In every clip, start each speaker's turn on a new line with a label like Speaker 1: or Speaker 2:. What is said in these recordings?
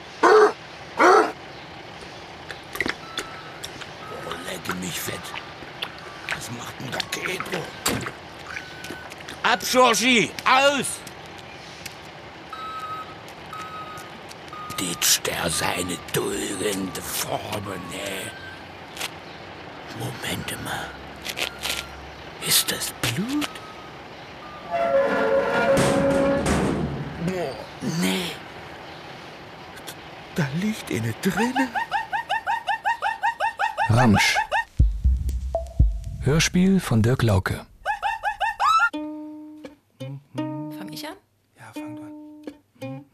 Speaker 1: richtig Oh, fett. Das macht ein Raketo. Ab, Georgie! Aus! Ditcht er seine duldende Formen, ne? Moment mal. Ist das Blut? Boah, nee. Da liegt eine drinnen.
Speaker 2: Ramsch. Hörspiel von Dirk Lauke.
Speaker 3: Fang ich an?
Speaker 4: Ja, fang du an.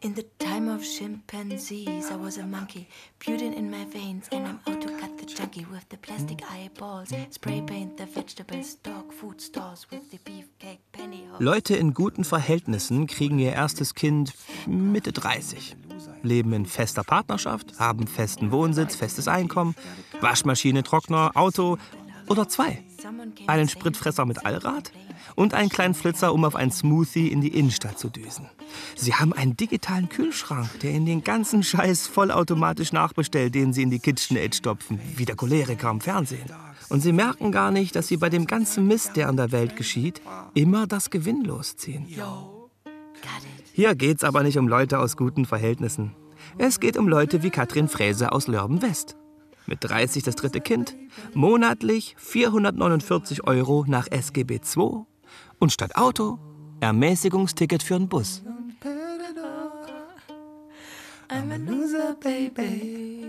Speaker 3: In the time of chimpanzees, I was a monkey, butin in my veins, and I'm out to cut the junkie with the plastic eyeballs, spray paint the vegetables, dog food stores with the beefcake penny hop.
Speaker 4: Leute in guten Verhältnissen kriegen ihr erstes Kind Mitte 30. Leben in fester Partnerschaft, haben festen Wohnsitz, festes Einkommen, Waschmaschine, Trockner, Auto oder zwei.
Speaker 3: Someone came
Speaker 4: Einen
Speaker 3: and saved
Speaker 4: Spritfresser mit
Speaker 3: us and
Speaker 4: Allrad
Speaker 3: saved us.
Speaker 4: und einen kleinen Flitzer, um auf einen Smoothie in die Innenstadt zu düsen. Sie haben einen digitalen Kühlschrank, der ihnen den ganzen Scheiß vollautomatisch nachbestellt, den sie in die KitchenAid stopfen, wie der Choleriker am Fernsehen. Und sie merken gar nicht, dass sie bei dem ganzen Mist, der an der Welt geschieht, immer das Gewinn losziehen.
Speaker 3: Got it.
Speaker 4: Hier geht's aber nicht um Leute aus guten Verhältnissen. Es geht um Leute wie Katrin Fräse aus Lörben-West. Mit 30 das dritte Kind, monatlich 449 Euro nach SGB II und statt Auto Ermäßigungsticket für einen Bus.
Speaker 3: I'm a loser, baby.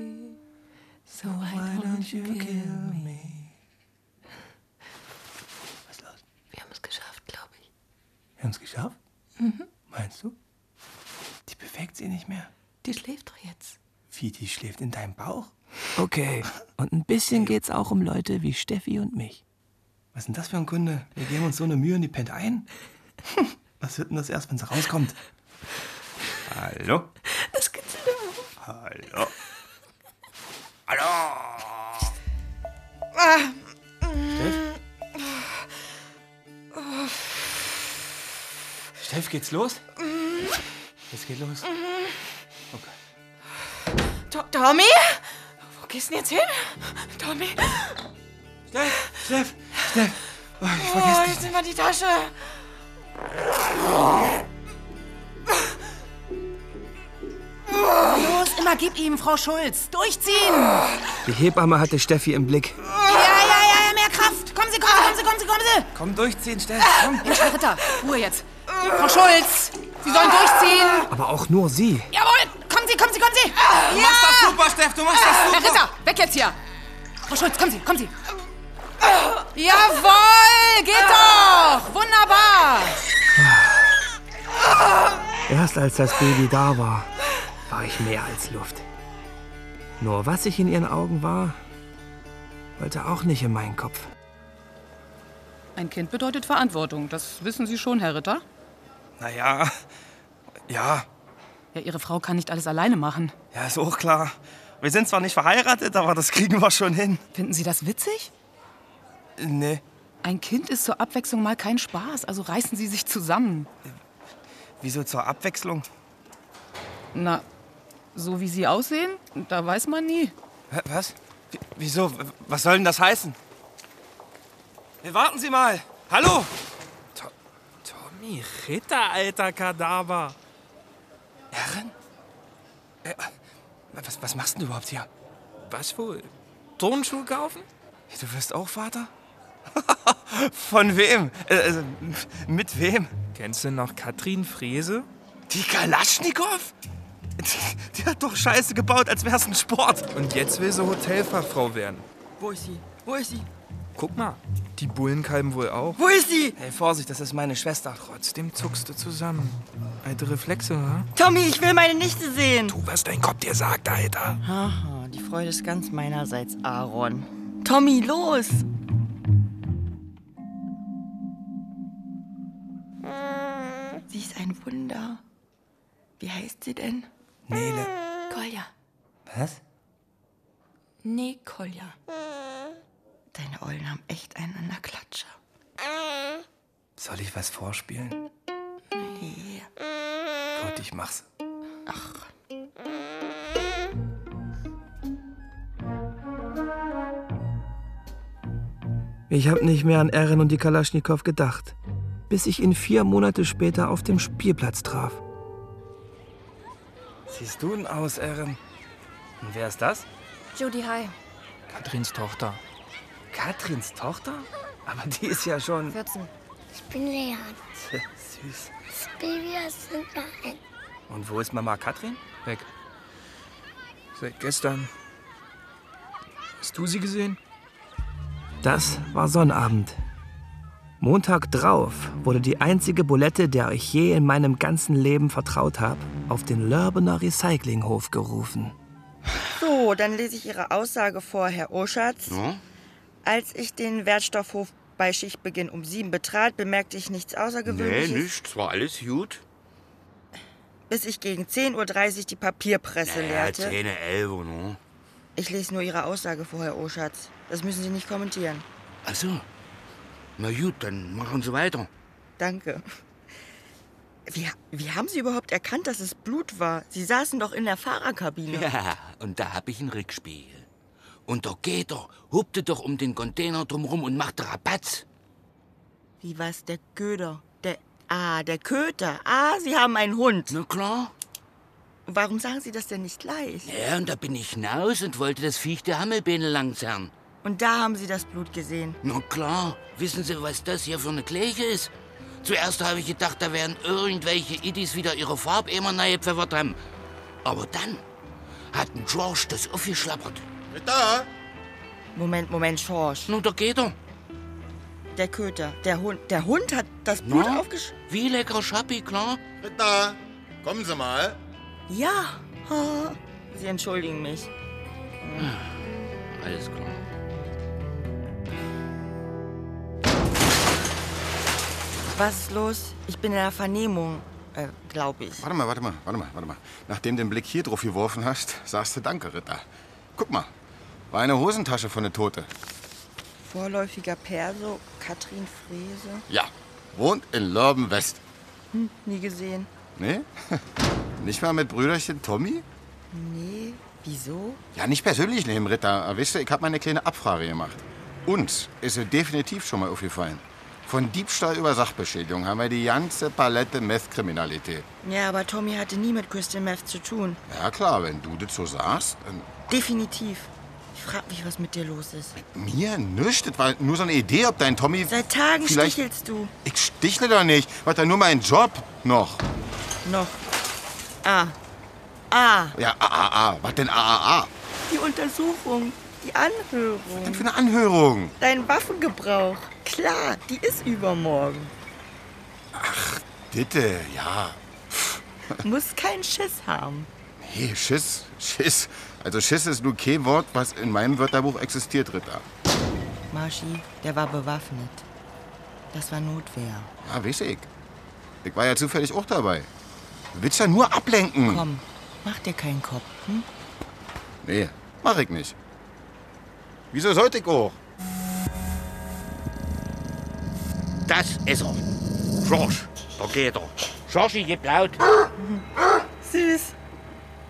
Speaker 3: So why don't you kill me? Wir haben es geschafft, glaube ich.
Speaker 4: Wir haben's geschafft?
Speaker 5: Mhm.
Speaker 4: Meinst du? Die bewegt sie nicht mehr.
Speaker 3: Die schläft doch jetzt.
Speaker 4: Wie, die schläft in deinem Bauch? Okay, und ein bisschen geht's auch um Leute wie Steffi und mich. Was ist denn das für ein Kunde? Wir geben uns so eine Mühe und die pennt ein? Was wird denn das erst, wenn sie rauskommt? Hallo?
Speaker 3: Das kitzelt immer.
Speaker 4: Hallo?
Speaker 6: Steff, geht's los? Es geht los.
Speaker 3: To- Tommy? Wo gehst du denn jetzt hin? Tommy?
Speaker 6: Steff!
Speaker 3: Oh, jetzt nimm mal die Tasche.
Speaker 7: Los, immer gib ihm, Frau Schulz. Durchziehen.
Speaker 4: Die Hebamme hatte Steffi im Blick.
Speaker 7: Ja, ja, ja, ja, mehr Kraft. Kommen Sie, kommen Sie, kommen Sie, kommen Sie, kommen Sie. Äh,
Speaker 6: Komm durchziehen, Steff! Komm!
Speaker 7: Herr Ritter, Ruhe jetzt. Frau Schulz, Sie sollen durchziehen.
Speaker 4: Aber auch nur sie.
Speaker 7: Jawohl, kommen Sie, kommen Sie, kommen Sie. Ja.
Speaker 6: Super, Steff, du machst das
Speaker 7: Herr
Speaker 6: super!
Speaker 7: Ritter, weg jetzt hier. Frau Schulz, kommen Sie, kommen Sie. Äh, Jawohl, geht doch. Wunderbar.
Speaker 4: Erst als das Baby da war, war ich mehr als Luft. Nur was ich in ihren Augen war, wollte auch nicht in meinen Kopf.
Speaker 5: Ein Kind bedeutet Verantwortung. Das wissen Sie schon, Herr Ritter.
Speaker 6: Naja, ja,
Speaker 5: Ja, Ihre Frau kann nicht alles alleine machen.
Speaker 6: ja, ist auch klar. Wir sind zwar nicht verheiratet, aber das kriegen wir schon hin.
Speaker 5: Finden Sie das witzig?
Speaker 6: Nee,
Speaker 5: Ein Kind ist zur Abwechslung mal kein Spaß, also reißen Sie sich zusammen.
Speaker 6: wieso zur Abwechslung?
Speaker 5: Na, so wie Sie aussehen, da weiß man nie.
Speaker 6: Hä, Was? Wie- Wieso? Was soll denn das heißen? Hey, warten Sie mal! Hallo! To Tommy Ritter, alter Kadaver! Herren? Äh, was, was machst denn du überhaupt hier? Was wohl? Turnschuhe kaufen? Du wirst auch Vater? Von wem? Äh, also, mit wem?
Speaker 8: Kennst du noch Katrin Frese?
Speaker 6: Die Kalaschnikow? Die, die hat doch Scheiße gebaut, als wär's ein Sport.
Speaker 8: Und jetzt will sie Hotelfachfrau werden.
Speaker 4: Wo ist sie? Wo ist sie?
Speaker 8: Guck mal, die Bullen kalben wohl auch.
Speaker 4: Wo ist sie? Hey, Vorsicht, das ist meine Schwester.
Speaker 8: Trotzdem zuckst du zusammen. Alte Reflexe, wa?
Speaker 9: Tommy, ich will meine Nichte sehen.
Speaker 8: Du, was dein Kopf dir sagt, Alter.
Speaker 9: Haha, die Freude ist ganz meinerseits, Aaron. Tommy, los!
Speaker 3: Sie ist ein Wunder. Wie heißt sie denn?
Speaker 6: Nele.
Speaker 3: Kolja.
Speaker 6: Was?
Speaker 3: Nee, Kolja.
Speaker 7: Äh.
Speaker 9: Deine Eulen haben echt einen an der Klatsche.
Speaker 6: Soll ich was vorspielen? Nee. Gut, ich mach's.
Speaker 4: Ich habe nicht mehr an Erin und die Kalaschnikow gedacht, bis ich ihn vier Monate später auf dem Spielplatz traf.
Speaker 6: Siehst du denn aus, Erin? Und wer ist das?
Speaker 3: Judy, hi.
Speaker 8: Katrins Tochter.
Speaker 6: Katrins Tochter? Aber die ist ja schon
Speaker 3: 14.
Speaker 2: Ich bin Leon.
Speaker 6: süß.
Speaker 2: Baby, es sind nein.
Speaker 6: Und wo ist Mama Katrin?
Speaker 8: Weg. Seit gestern. Hast du sie gesehen?
Speaker 4: Das war Sonnabend. Montag drauf wurde die einzige Bulette, der ich je in meinem ganzen Leben vertraut habe, auf den Lörbener Recyclinghof gerufen.
Speaker 9: So, dann lese ich Ihre Aussage vor, Herr Oschatz. Als ich den Wertstoffhof bei Schichtbeginn um sieben betrat, bemerkte ich nichts
Speaker 1: Nee,
Speaker 9: Außergewöhnliches,
Speaker 1: nichts, war alles gut.
Speaker 9: bis ich gegen 10.30 Uhr die Papierpresse
Speaker 1: Ja,
Speaker 9: leerte.
Speaker 1: 10, 11, ne?
Speaker 9: Ich lese nur Ihre Aussage vor, Herr Oschatz. Das müssen Sie nicht kommentieren.
Speaker 1: Ach so. Na gut, dann machen Sie weiter.
Speaker 9: Danke. Wie, wie haben Sie überhaupt erkannt, dass es Blut war? Sie saßen doch in der Fahrerkabine.
Speaker 1: Ja, und da hab ich ein Rückspiel. Und der Gator hupte doch um den Container drumrum und machte Rabatz.
Speaker 9: Wie war's, der Köder? Der, ah, der Köter. Ah, Sie haben einen Hund.
Speaker 1: Na klar.
Speaker 9: Warum sagen Sie das denn nicht gleich?
Speaker 1: Ja, und da bin ich hinaus und wollte das Viech der Hammelbeene langzerren.
Speaker 9: Und da haben Sie das Blut gesehen.
Speaker 1: Na klar, wissen Sie, was das hier für eine Kläge ist? Zuerst habe ich gedacht, da wären irgendwelche Idis wieder ihre Farbämer nahe gepfeffert haben. Aber dann hat ein George das aufgeschlappert.
Speaker 9: Moment, Moment, Schorsch.
Speaker 1: Nun, da geht er.
Speaker 9: Der Köter, der Hund. Der Hund hat das Blut
Speaker 1: Na?
Speaker 9: aufgesch...
Speaker 1: Wie lecker Schappi, klar.
Speaker 10: Da, kommen Sie mal.
Speaker 9: Ja. Ha. Sie entschuldigen mich.
Speaker 1: Hm, Alles klar.
Speaker 9: Was ist los? Ich bin in der Vernehmung, äh, glaube ich.
Speaker 10: Warte mal, warte mal, warte mal, warte mal. Nachdem du den Blick hier drauf geworfen hast, sagst du Danke, Ritter. Guck mal, war eine Hosentasche von der Tote.
Speaker 9: Vorläufiger Perso, Katrin Frese. Hm,
Speaker 10: Ja. Wohnt in Lörben West.
Speaker 9: Nie gesehen.
Speaker 10: Nee? Nicht mal mit Brüderchen Tommy?
Speaker 9: Nee. Wieso?
Speaker 10: Ja, nicht persönlich neben Ritter. Aber Wisst ihr, ich habe meine kleine Abfrage gemacht. Uns ist es definitiv schon mal aufgefallen. Von Diebstahl über Sachbeschädigung haben wir die ganze Palette Meth-Kriminalität.
Speaker 9: Ja, aber Tommy hatte nie mit Crystal Meth zu tun.
Speaker 10: Ja klar, wenn du das so sagst, dann
Speaker 9: Definitiv. Ich frag mich, was mit dir los ist.
Speaker 10: Mir nicht? Das war nur so eine Idee, ob dein Tommy.
Speaker 9: Seit Tagen
Speaker 10: vielleicht,
Speaker 9: stichelst du.
Speaker 10: Ich stichle doch nicht. War da nur mein Job noch.
Speaker 9: Noch. Ah. Ah.
Speaker 10: Ja, AAA. Was denn AAA?
Speaker 9: Die Untersuchung. Die Anhörung.
Speaker 10: Denn für eine Anhörung.
Speaker 9: Dein Waffengebrauch. Klar, die ist übermorgen.
Speaker 10: Bitte, ja.
Speaker 9: Muss keinen Schiss haben.
Speaker 10: Hey, Schiss. Schiss. Also, Schiss ist nur kein Wort, was in meinem Wörterbuch existiert, Ritter.
Speaker 9: Marschi, der war bewaffnet. Das war Notwehr.
Speaker 10: Ja, weiß ich. Ich war ja zufällig auch dabei. Du willst ja nur ablenken.
Speaker 9: Komm, mach dir keinen Kopf. Hm?
Speaker 10: Nee, mach ich nicht. Wieso sollte ich auch?
Speaker 1: Das ist er. George, da geht er. George gibt laut.
Speaker 9: Süß.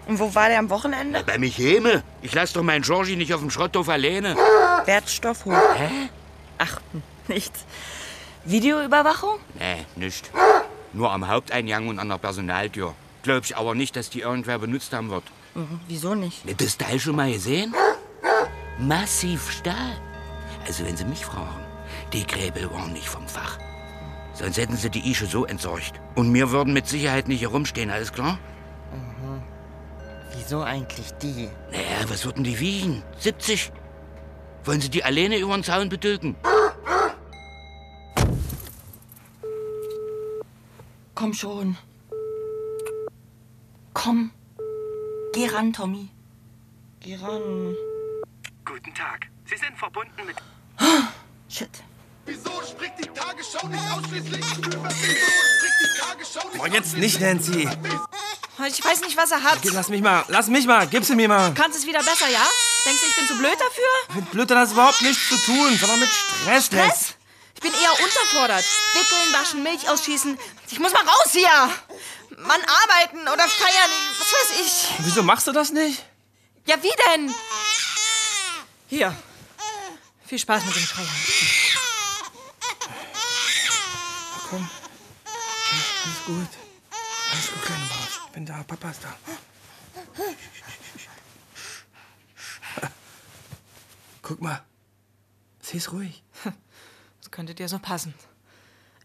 Speaker 9: Und wo war der am Wochenende?
Speaker 1: Bei mich heme. Ich lass doch meinen Georgie nicht auf dem Schrotthof alleine.
Speaker 9: Wertstoffhof. Hä? Ach, nichts. Videoüberwachung?
Speaker 1: Nee, nicht. Nur am Haupteingang und an der Personaltür. Glaub ich aber nicht, dass die irgendwer benutzt haben wird.
Speaker 9: Mhm, wieso nicht?
Speaker 1: Habt ihr das Teil schon mal gesehen? Massiv Stahl. Also wenn Sie mich fragen, die Gräbel waren nicht vom Fach. Sonst hätten sie die Ische so entsorgt. Und mir würden mit Sicherheit nicht herumstehen, alles klar?
Speaker 9: Wieso eigentlich die?
Speaker 1: Naja, was würden die wiegen? 70? Wollen sie die alleine über den Zaun bedülken?
Speaker 9: Komm schon. Komm. Geh ran, Tommy. Geh ran.
Speaker 6: Guten Tag. Sie sind verbunden mit
Speaker 9: Shit.
Speaker 10: Wieso spricht die Tagesschau nicht ausschließlich über Wieso spricht die Tagesschau nicht
Speaker 4: Und jetzt nicht, Nancy.
Speaker 7: Ich weiß nicht, was er hat.
Speaker 4: Lass mich mal, lass mich mal, gib sie mir mal.
Speaker 7: Kannst es wieder besser, ja? Denkst du, ich bin zu blöd dafür?
Speaker 4: Mit Blöd hat das überhaupt nichts zu tun, sondern mit Stress. Stress?
Speaker 7: Ich bin eher unterfordert. Wickeln, waschen, Milch ausschießen. Ich muss mal raus hier. Mann, arbeiten oder feiern, was weiß ich.
Speaker 4: Wieso machst du das nicht?
Speaker 7: Ja, wie denn? Hier. Viel Spaß mit dem Schreier.
Speaker 8: komm. Alles gut. Alles gut, kleine Maus. Bin da, Papa ist da. Guck mal. Sie ist ruhig.
Speaker 7: Das könnte dir so passen.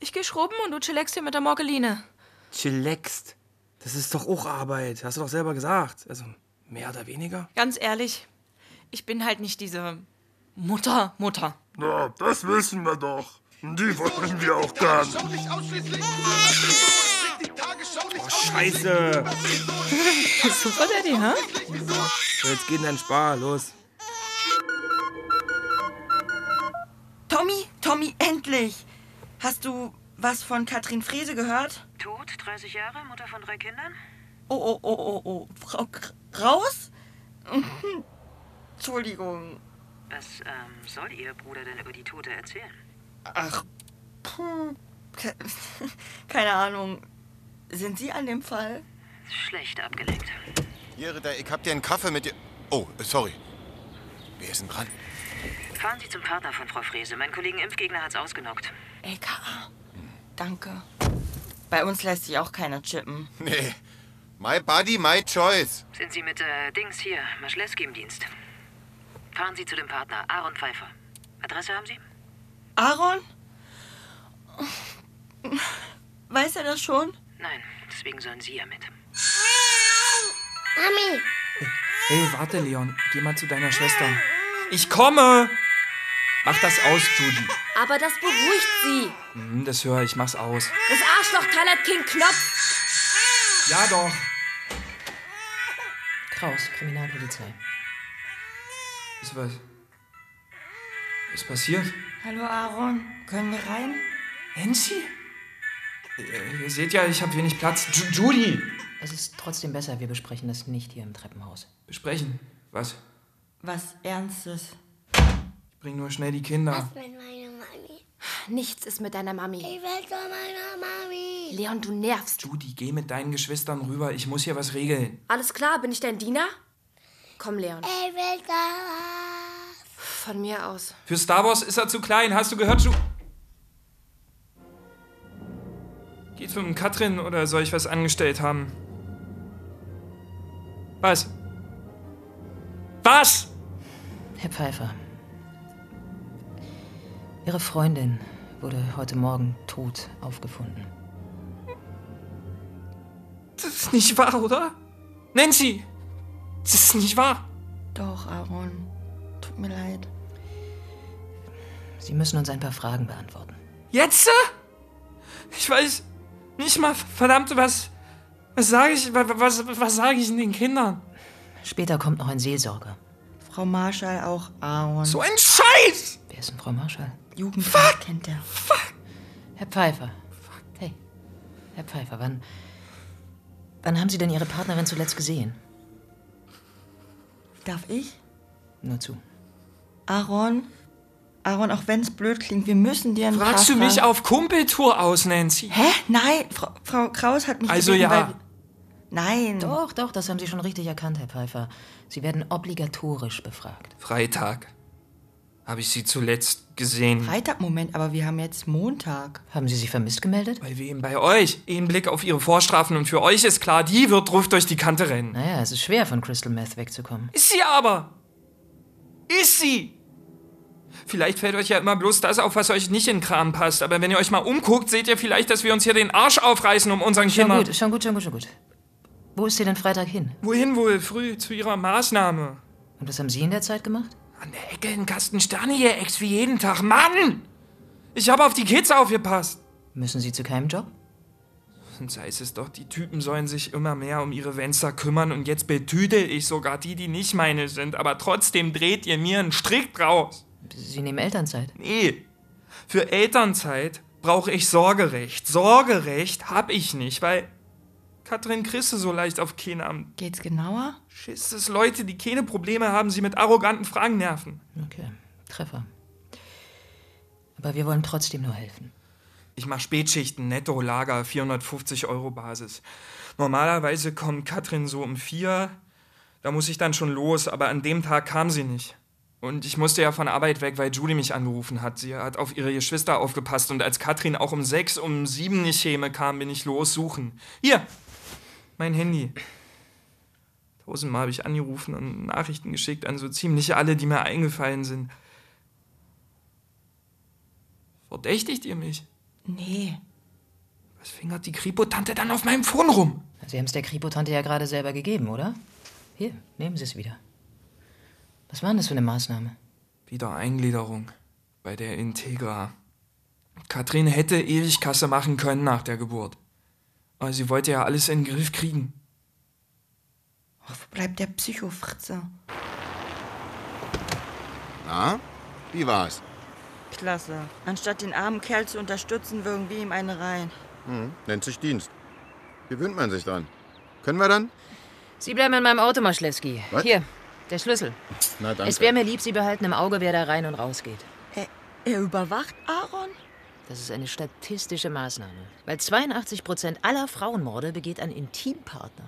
Speaker 7: Ich geh schrubben und du chillaxst hier mit der Morgeline.
Speaker 8: Chillaxt. Das ist doch auch Arbeit. Hast du doch selber gesagt. Also, mehr oder weniger.
Speaker 7: Ganz ehrlich, ich bin halt nicht diese Mutter, Mutter.
Speaker 11: Ja, das wissen wir doch. Die wollen wir auch gar nicht.
Speaker 8: Oh, scheiße.
Speaker 7: Super, Daddy, ne?
Speaker 8: So, jetzt geht in dein Spar. Los.
Speaker 9: Tommy, Tommy, endlich! Hast du was von Katrin Frese gehört?
Speaker 12: Tot, 30 Jahre, Mutter von drei Kindern.
Speaker 9: Oh, oh, oh, oh, oh. Frau Kr- Kraus? Mhm. Entschuldigung.
Speaker 12: Was ähm, soll Ihr Bruder denn über die Tote erzählen?
Speaker 9: Ach, puh. Ke keine Ahnung. Sind Sie an dem Fall?
Speaker 12: Schlecht abgelenkt.
Speaker 10: Hier, Ritter, ich hab dir einen Kaffee mit dir. Oh, sorry. Wer ist denn dran?
Speaker 12: Fahren Sie zum Partner von Frau Frese. Mein Kollegen Impfgegner hat's ausgenockt.
Speaker 9: LKA. Danke. Bei uns lässt sich auch keiner chippen.
Speaker 10: Nee. My body, my choice.
Speaker 12: Sind Sie mit äh, Dings hier, Maschleski im Dienst? Fahren Sie zu dem Partner, Aaron Pfeiffer. Adresse haben Sie?
Speaker 9: Aaron? Weiß er das schon?
Speaker 12: Nein, deswegen sollen Sie ja mit.
Speaker 2: Mami,
Speaker 8: Hey, warte, Leon. Geh mal zu deiner Schwester. Ich komme! Mach das aus, Judy.
Speaker 13: Aber das beruhigt sie.
Speaker 8: Hm, das höre ich. Mach's aus.
Speaker 13: Das Arschlochteil hat keinen Knopf.
Speaker 8: Ja, doch.
Speaker 14: Kraus, Kriminalpolizei.
Speaker 8: Ist was. Ist passiert?
Speaker 9: Hallo Aaron, können wir rein?
Speaker 8: Nancy? Äh, Ihr seht ja, ich habe wenig Platz. Ju Judy!
Speaker 14: Es ist trotzdem besser, wir besprechen das nicht hier im Treppenhaus.
Speaker 8: Besprechen. Was?
Speaker 9: Was Ernstes?
Speaker 8: Ich bring nur schnell die Kinder.
Speaker 2: wenn meine Mami.
Speaker 13: Nichts ist mit deiner Mami.
Speaker 2: Ich will zu meiner Mami.
Speaker 13: Leon, du nervst.
Speaker 8: Judy, geh mit deinen Geschwistern rüber. Ich muss hier was regeln.
Speaker 13: Alles klar, bin ich dein Diener? Komm, Leon.
Speaker 2: Ich will da.
Speaker 13: Von mir aus.
Speaker 8: Für Star Wars ist er zu klein. Hast du gehört, Ju... Geh zum um Katrin oder soll ich was angestellt haben? Was? Was?
Speaker 5: Herr Pfeiffer, Ihre Freundin wurde heute Morgen tot aufgefunden.
Speaker 8: Das ist nicht wahr, oder? Nancy! Das ist nicht wahr!
Speaker 9: Doch, Aaron. Tut mir leid.
Speaker 14: Sie müssen uns ein paar Fragen beantworten.
Speaker 8: Jetzt? Ich weiß nicht mal, verdammt, was. Was sage ich, wa- wa- was, was sage ich den Kindern?
Speaker 14: Später kommt noch ein Seelsorger.
Speaker 9: Frau Marschall auch Aaron.
Speaker 8: So ein Scheiß!
Speaker 14: Wer ist denn Frau Marschall?
Speaker 9: Jugendwart kennt er.
Speaker 14: Herr Pfeiffer. Hey, Herr Pfeiffer, wann. Wann haben Sie denn Ihre Partnerin zuletzt gesehen?
Speaker 9: Darf ich?
Speaker 14: Nur zu.
Speaker 9: Aaron? Aaron, auch wenn es blöd klingt, wir müssen dir einen
Speaker 8: Fragst du
Speaker 9: Rat
Speaker 8: mich
Speaker 9: sagen.
Speaker 8: auf Kumpeltour aus, Nancy?
Speaker 9: Hä? Nein, Frau, Frau Kraus hat mich
Speaker 8: Also
Speaker 9: gebeten,
Speaker 8: ja.
Speaker 9: weil- Nein.
Speaker 14: Doch, doch, das haben Sie schon richtig erkannt, Herr Pfeiffer. Sie werden obligatorisch befragt.
Speaker 8: Freitag. Habe ich sie zuletzt gesehen.
Speaker 9: Freitag, Moment, aber wir haben jetzt Montag.
Speaker 14: Haben Sie sie vermisst gemeldet?
Speaker 8: Bei wem? Bei euch. Im Blick auf ihre Vorstrafen und für euch ist klar, die wird ruft durch die Kante rennen.
Speaker 14: Naja, es ist schwer, von Crystal Meth wegzukommen.
Speaker 8: Ist sie aber! Ist sie! Vielleicht fällt euch ja immer bloß das auf, was euch nicht in den Kram passt. Aber wenn ihr euch mal umguckt, seht ihr vielleicht, dass wir uns hier den Arsch aufreißen, um unseren
Speaker 14: Schon
Speaker 8: Kindern.
Speaker 14: gut, schon gut, schon gut, schon gut. Wo ist sie denn Freitag hin?
Speaker 8: Wohin wohl früh zu ihrer Maßnahme?
Speaker 14: Und was haben Sie in der Zeit gemacht?
Speaker 8: An der Ecke in Kasten Sterne hier, Ex, wie jeden Tag. Mann! Ich habe auf die Kids aufgepasst.
Speaker 14: Müssen Sie zu keinem Job?
Speaker 8: Und sei es doch, die Typen sollen sich immer mehr um ihre Wenster kümmern und jetzt betüdel ich sogar die, die nicht meine sind, aber trotzdem dreht ihr mir einen Strick draus.
Speaker 14: Sie nehmen Elternzeit.
Speaker 8: Nee. Für Elternzeit brauche ich Sorgerecht. Sorgerecht hab ich nicht, weil Katrin Christe so leicht auf keinen Amt.
Speaker 9: Geht's genauer?
Speaker 8: Schiss es Leute, die keine Probleme haben, sie mit arroganten Fragen nerven.
Speaker 14: Okay, Treffer. Aber wir wollen trotzdem nur helfen.
Speaker 8: Ich mache Spätschichten, netto Lager, 450 Euro Basis. Normalerweise kommt Katrin so um vier. Da muss ich dann schon los, aber an dem Tag kam sie nicht. Und ich musste ja von Arbeit weg, weil Julie mich angerufen hat. Sie hat auf ihre Geschwister aufgepasst und als Katrin auch um sechs, um sieben nicht Häme kam, bin ich los suchen. Hier, mein Handy. Tausendmal habe ich angerufen und Nachrichten geschickt an so ziemlich alle, die mir eingefallen sind. Verdächtigt ihr mich?
Speaker 5: Nee.
Speaker 8: Was fingert die Kripo-Tante dann auf meinem Phone rum?
Speaker 14: Sie haben es Also der Kripo-Tante ja gerade selber gegeben, oder? Hier, nehmen Sie es wieder. Was war denn das für eine Maßnahme?
Speaker 8: Wieder Eingliederung bei der Integra. Katrin hätte ewig Kasse machen können nach der Geburt. Aber sie wollte ja alles in den Griff kriegen.
Speaker 9: Wo bleibt der Psychofritze?
Speaker 10: Na, wie war's?
Speaker 9: Klasse. Anstatt den armen Kerl zu unterstützen, würgen wir ihm eine rein.
Speaker 10: Hm, nennt sich Dienst. Gewöhnt man sich dran. Können wir dann?
Speaker 14: Sie bleiben in meinem Auto, Maschlewski.
Speaker 10: Was?
Speaker 14: Hier, der Schlüssel.
Speaker 10: Na danke.
Speaker 14: Es wäre mir lieb, Sie behalten im Auge, wer da rein und rausgeht.
Speaker 9: Er, er überwacht Aaron?
Speaker 14: Das ist eine statistische Maßnahme. Weil 82 Prozent aller Frauenmorde begeht ein Intimpartner.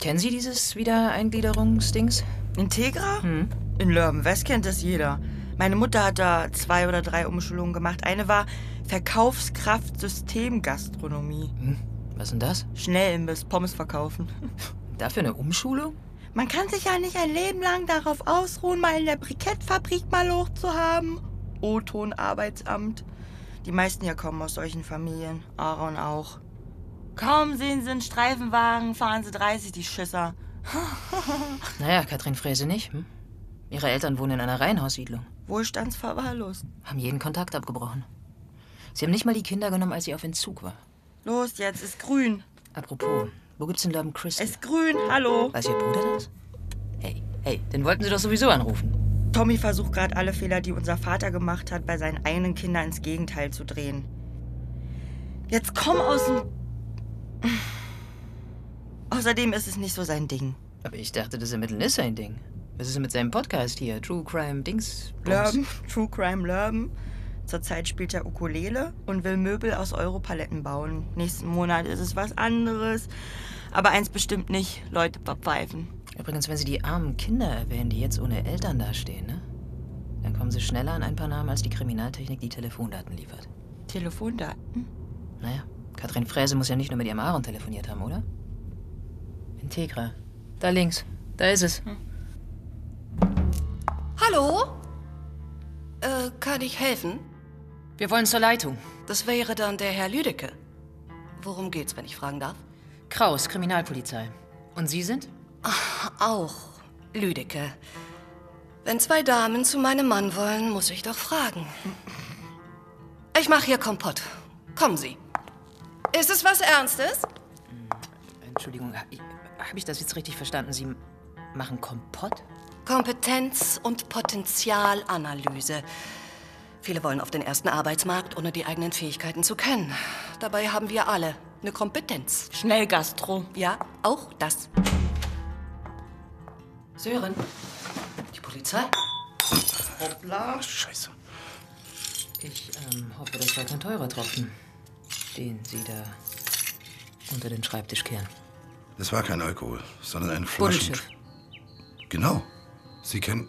Speaker 14: Kennen Sie dieses Wiedereingliederungsdings?
Speaker 9: Integra?
Speaker 14: Hm.
Speaker 9: In Lörben-West kennt das jeder. Meine Mutter hat da zwei oder drei Umschulungen gemacht. Eine war Verkaufskraft Systemgastronomie.
Speaker 14: Hm. Was denn das?
Speaker 9: Schnellimbiss, Pommes verkaufen.
Speaker 14: Dafür ne- eine Umschulung?
Speaker 9: Man kann sich ja nicht ein Leben lang darauf ausruhen, mal in der Brikettfabrik mal hoch zu haben. O-Ton Arbeitsamt. Die meisten hier kommen aus solchen Familien. Aaron auch. Kaum sehen sie einen Streifenwagen, fahren sie 30, die Schisser.
Speaker 14: Naja, Katrin Fräse nicht. Hm? Ihre Eltern wohnen in einer Reihenhaussiedlung.
Speaker 9: Wohlstandsverwahrlost.
Speaker 14: Haben jeden Kontakt abgebrochen. Sie haben nicht mal die Kinder genommen, als sie auf Entzug war.
Speaker 9: Los, jetzt ist grün.
Speaker 14: Apropos, wo gibt's denn Lörben Crystal?
Speaker 9: Ist grün, hallo.
Speaker 14: Weiß Ihr Bruder das? Hey, hey, den wollten Sie doch sowieso anrufen.
Speaker 9: Tommy versucht gerade alle Fehler, die unser Vater gemacht hat, bei seinen eigenen Kindern ins Gegenteil zu drehen. Jetzt komm aus dem. Außerdem ist es nicht so sein Ding.
Speaker 14: Aber ich dachte, das Ermitteln ist sein Ding. Was ist denn mit seinem Podcast hier? True Crime Dings?
Speaker 9: Lurben, True Crime Lurben. Zurzeit spielt er Ukulele und will Möbel aus Europaletten bauen. Nächsten Monat ist es was anderes. Aber eins bestimmt nicht, Leute verpfeifen.
Speaker 14: Übrigens, wenn Sie die armen Kinder erwähnen, die jetzt ohne Eltern dastehen, ne? Dann kommen Sie schneller an ein paar Namen, als die Kriminaltechnik die Telefondaten liefert.
Speaker 9: Telefondaten?
Speaker 14: Naja, Katrin Fräse muss ja nicht nur mit ihrem Aaron telefoniert haben, oder? Integra. Da links. Da ist es.
Speaker 9: Hm.
Speaker 15: Hallo? Äh, kann ich helfen?
Speaker 14: Wir wollen zur Leitung.
Speaker 15: Das wäre dann der Herr Lüdecke. Worum geht's, wenn ich fragen darf?
Speaker 14: Kraus, Kriminalpolizei. Und Sie sind?
Speaker 15: Auch Lüdecke. Wenn zwei Damen zu meinem Mann wollen, muss ich doch fragen. Ich mache hier Kompott. Kommen Sie. Ist es was Ernstes?
Speaker 14: Entschuldigung, habe ich das jetzt richtig verstanden? Sie machen Kompott?
Speaker 15: Kompetenz und Potenzialanalyse. Viele wollen auf den ersten Arbeitsmarkt, ohne die eigenen Fähigkeiten zu kennen. Dabei haben wir alle eine Kompetenz. Schnell Gastro. Ja, auch das. Sören, die Polizei?
Speaker 9: Hoppla.
Speaker 14: Scheiße. Ich ähm, hoffe, das war kein teurer Tropfen, den Sie da unter den Schreibtisch kehren.
Speaker 16: Es war kein Alkohol, sondern ein Flaschen...
Speaker 14: Bodenschiff.
Speaker 16: Genau. Sie kennen...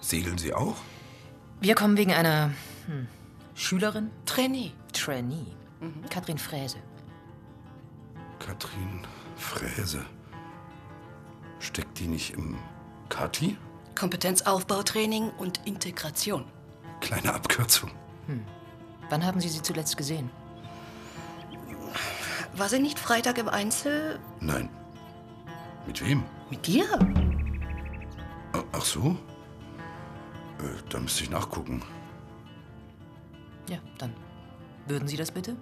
Speaker 16: Segeln Sie auch?
Speaker 14: Wir kommen wegen einer hm, Schülerin? Mhm.
Speaker 15: Trainee.
Speaker 14: Trainee. Katrin Fräse.
Speaker 16: Katrin Fräse. Steckt die nicht im Kati?
Speaker 15: Kompetenzaufbautraining und Integration.
Speaker 16: Kleine Abkürzung.
Speaker 14: Wann haben Sie sie zuletzt gesehen?
Speaker 15: War sie nicht Freitag im Einzel?
Speaker 16: Nein. Mit wem?
Speaker 15: Mit dir?
Speaker 16: A- Ach so? Äh, da müsste ich nachgucken.
Speaker 14: Ja, dann. Würden Sie das bitte?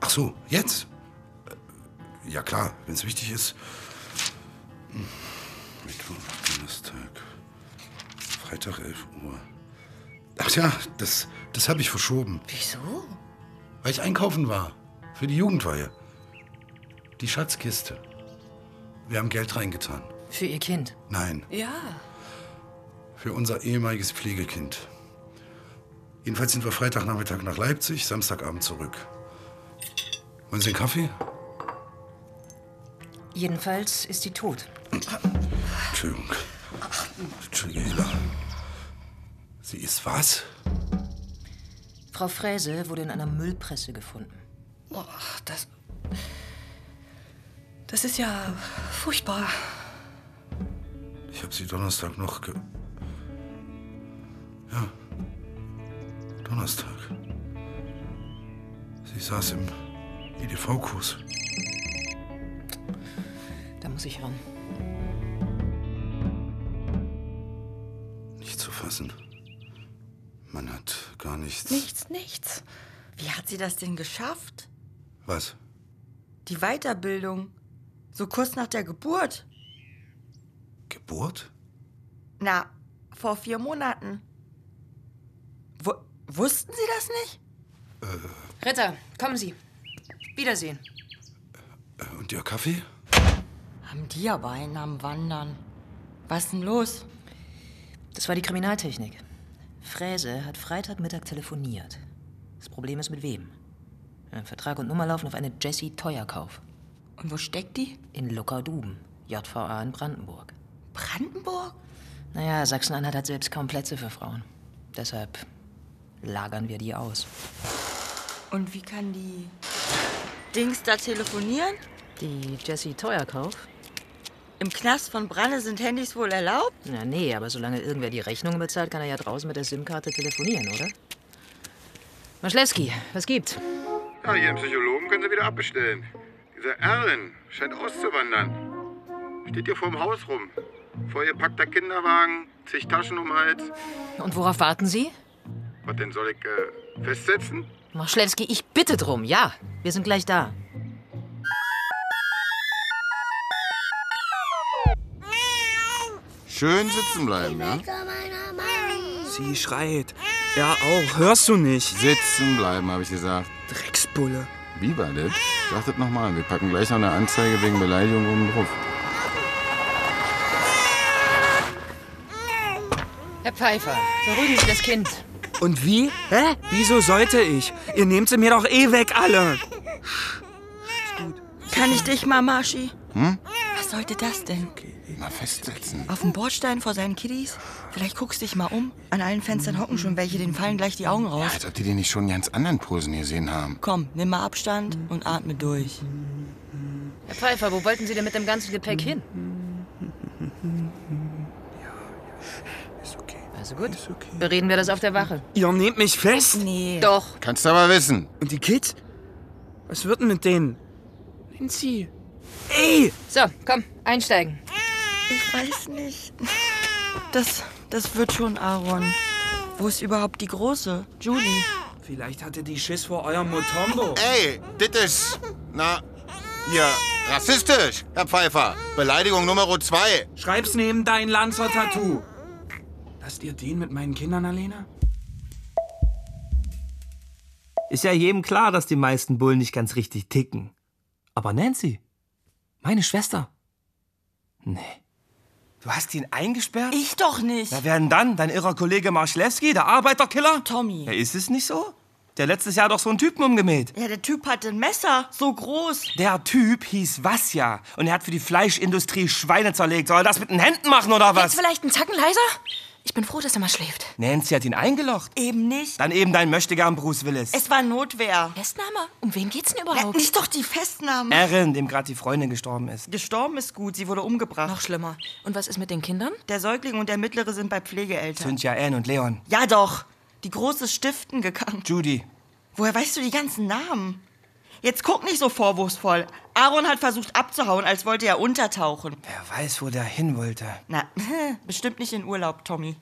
Speaker 16: Ach so, jetzt? Äh, Ja klar, wenn es wichtig ist. Hm. Mittwoch, Donnerstag, Freitag 11 Uhr. Ach ja, das, das habe ich verschoben.
Speaker 15: Wieso?
Speaker 16: Weil ich einkaufen war. Für die Jugendweihe. Die Schatzkiste. Wir haben Geld reingetan.
Speaker 14: Für Ihr Kind.
Speaker 16: Nein,
Speaker 15: Ja.
Speaker 16: für unser ehemaliges Pflegekind. Jedenfalls sind wir Freitagnachmittag nach Leipzig, Samstagabend zurück. Wollen Sie einen Kaffee?
Speaker 14: Jedenfalls ist sie tot.
Speaker 16: Entschuldigung. Entschuldigung, Ela. Sie ist was?
Speaker 14: Frau Fräse wurde in einer Müllpresse gefunden.
Speaker 15: Ach, Oh, das. Das ist ja furchtbar.
Speaker 16: Ich habe sie Donnerstag noch ge. Ja. Donnerstag. Sie saß im E EDV-Kurs.
Speaker 14: Da muss ich ran.
Speaker 16: Nicht zu fassen. Man hat gar nichts.
Speaker 9: Nichts, nichts. Wie hat sie das denn geschafft?
Speaker 16: Was?
Speaker 9: Die Weiterbildung. So kurz nach der Geburt.
Speaker 16: Geburt?
Speaker 9: Na, vor vier Monaten. Wu- wussten Sie das nicht?
Speaker 14: Ritter, kommen Sie. Wiedersehen.
Speaker 16: Und Ihr Kaffee?
Speaker 9: Haben die aber einen am Wandern. Was ist denn los?
Speaker 14: Das war die Kriminaltechnik. Fräse hat Freitagmittag telefoniert. Das Problem ist mit wem? Ja, Vertrag und Nummer laufen auf eine Jessie Teuerkauf.
Speaker 9: Und wo steckt die?
Speaker 14: In Luckerduben, JVA in Brandenburg.
Speaker 9: Brandenburg?
Speaker 14: Naja, Sachsen-Anhalt hat selbst kaum Plätze für Frauen. Deshalb lagern wir die aus.
Speaker 9: Und wie kann die Dings da telefonieren?
Speaker 14: Die Jessie Teuerkauf?
Speaker 9: Im Knast von Branne sind Handys wohl erlaubt?
Speaker 14: Na nee, aber solange irgendwer die Rechnung bezahlt, kann er ja draußen mit der SIM-Karte telefonieren, oder? Maschlewski, was gibt's?
Speaker 11: Ja, Ihren Psychologen können Sie wieder abbestellen. Dieser Erlen scheint auszuwandern. Steht hier vorm Haus rum. Vor ihr packt der Kinderwagen, zig Taschen um den Hals.
Speaker 14: Und worauf warten Sie?
Speaker 11: Was denn, soll ich äh, festsetzen?
Speaker 14: Maschlewski, ich bitte drum, ja. Wir sind gleich da.
Speaker 10: Schön sitzen bleiben, ja?
Speaker 6: Sie schreit. Ja, auch. Hörst du nicht?
Speaker 10: Sitzen bleiben, habe ich gesagt.
Speaker 6: Drecksbulle.
Speaker 10: Wie war das? Sag das nochmal. Wir packen gleich noch eine Anzeige wegen Beleidigung oben drauf.
Speaker 14: Herr Pfeiffer, beruhigen Sie das Kind.
Speaker 6: Und wie? Hä? Wieso sollte ich? Ihr nehmt sie mir doch eh weg, alle.
Speaker 9: Kann ich dich mal, Marschi?
Speaker 10: Hm?
Speaker 9: Was sollte das denn?
Speaker 10: Mal festsetzen.
Speaker 9: Auf dem Bordstein vor seinen Kiddies? Vielleicht guckst dich mal um. An allen Fenstern hocken schon welche, denen fallen gleich die Augen raus.
Speaker 10: Als ob die den nicht schon in ganz anderen Posen gesehen haben.
Speaker 9: Komm, nimm mal Abstand und atme durch.
Speaker 14: Herr Pfeiffer, wo wollten Sie denn mit dem ganzen Gepäck hin? Also gut, bereden wir das auf der Wache.
Speaker 6: Ihr nehmt mich fest?
Speaker 9: Nee.
Speaker 14: Doch.
Speaker 10: Kannst du aber wissen.
Speaker 6: Und die Kids? Was wird denn mit denen? Nancy.
Speaker 14: Ey! So, komm, einsteigen.
Speaker 9: Ich weiß nicht. Das, das wird schon Aaron. Wo ist überhaupt die Große? Julie.
Speaker 6: Vielleicht hatte die Schiss vor eurem Motombo.
Speaker 10: Ey, dit ist. Na, ihr rassistisch, Herr Pfeiffer. Beleidigung Nummer zwei.
Speaker 6: Schreib's neben dein Lanzer-Tattoo. Lasst ihr den mit meinen Kindern alleine?
Speaker 4: Ist ja jedem klar, dass die meisten Bullen nicht ganz richtig ticken. Aber Nancy, meine Schwester. Nee. Du hast ihn eingesperrt?
Speaker 9: Ich doch nicht.
Speaker 4: Na, wer denn dann? Dein irrer Kollege Marschlewski, der Arbeiterkiller?
Speaker 9: Tommy.
Speaker 4: Ja, ist es nicht so? Der letztes Jahr doch so einen Typen umgemäht.
Speaker 9: Ja, der Typ hatte ein Messer, so groß.
Speaker 4: Der Typ hieß Wasja und er hat für die Fleischindustrie Schweine zerlegt. Soll er das mit den Händen machen oder
Speaker 14: Jetzt
Speaker 4: was?
Speaker 14: vielleicht einen Tacken leiser? Ich bin froh, dass er mal schläft.
Speaker 4: Nancy hat ihn eingelocht.
Speaker 9: Eben nicht.
Speaker 4: Dann eben dein Möchtegern Bruce Willis.
Speaker 9: Es war Notwehr.
Speaker 14: Festnahme? Um wen geht's denn überhaupt?
Speaker 9: nicht doch die Festnahme.
Speaker 4: Erin, dem gerade die Freundin gestorben ist.
Speaker 9: Gestorben ist gut, sie wurde umgebracht. Noch
Speaker 14: schlimmer. Und was ist mit den Kindern?
Speaker 9: Der Säugling und der Mittlere sind bei Pflegeeltern.
Speaker 4: Cynthia, Ann und Leon.
Speaker 9: Ja doch, die Große ist stiften gegangen.
Speaker 4: Judy.
Speaker 9: Woher weißt du die ganzen Namen? Jetzt guck nicht so vorwurfsvoll. Aaron hat versucht abzuhauen, als wollte er untertauchen.
Speaker 4: Wer weiß, wo der hin wollte.
Speaker 9: Na, bestimmt nicht in Urlaub, Tommy.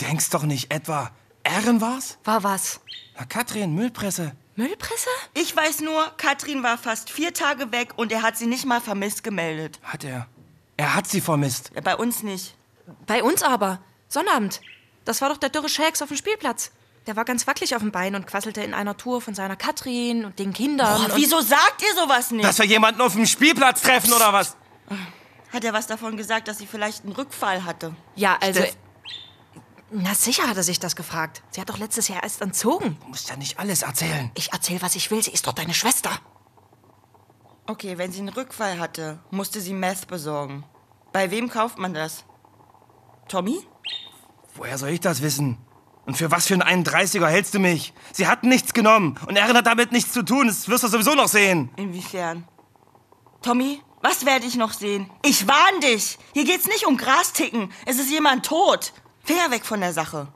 Speaker 4: Denkst doch nicht etwa, Erin war's?
Speaker 14: War was?
Speaker 4: Na, Katrin, Müllpresse.
Speaker 14: Müllpresse?
Speaker 9: Ich weiß nur, Katrin war fast vier Tage weg und er hat sie nicht mal vermisst gemeldet.
Speaker 4: Hat er. Er hat sie vermisst.
Speaker 9: Ja, bei uns nicht.
Speaker 7: Bei uns aber. Sonnabend. Das war doch der dürre Shakes auf dem Spielplatz. Der war ganz wackelig auf dem Bein und quasselte in einer Tour von seiner Katrin und den Kindern.
Speaker 9: Boah,
Speaker 7: und
Speaker 9: wieso sagt ihr sowas nicht?
Speaker 4: Dass wir jemanden auf dem Spielplatz treffen oder was?
Speaker 9: Hat er was davon gesagt, dass sie vielleicht einen Rückfall hatte?
Speaker 7: Ja, also.
Speaker 9: Steff-
Speaker 7: Na sicher hat er sich das gefragt. Sie hat doch letztes Jahr erst entzogen.
Speaker 4: Du musst ja nicht alles erzählen.
Speaker 7: Ich erzähl, was ich will. Sie ist doch deine Schwester.
Speaker 9: Okay, wenn sie einen Rückfall hatte, musste sie Meth besorgen. Bei wem kauft man das? Tommy?
Speaker 4: Woher soll ich das wissen? Und für was für einen 31er hältst du mich? Sie hat nichts genommen und Erin hat damit nichts zu tun. Das wirst du sowieso noch sehen.
Speaker 9: Inwiefern? Tommy, was werde ich noch sehen? Ich warn dich! Hier geht's nicht um Grasticken. Es ist jemand tot. Finger weg von der Sache.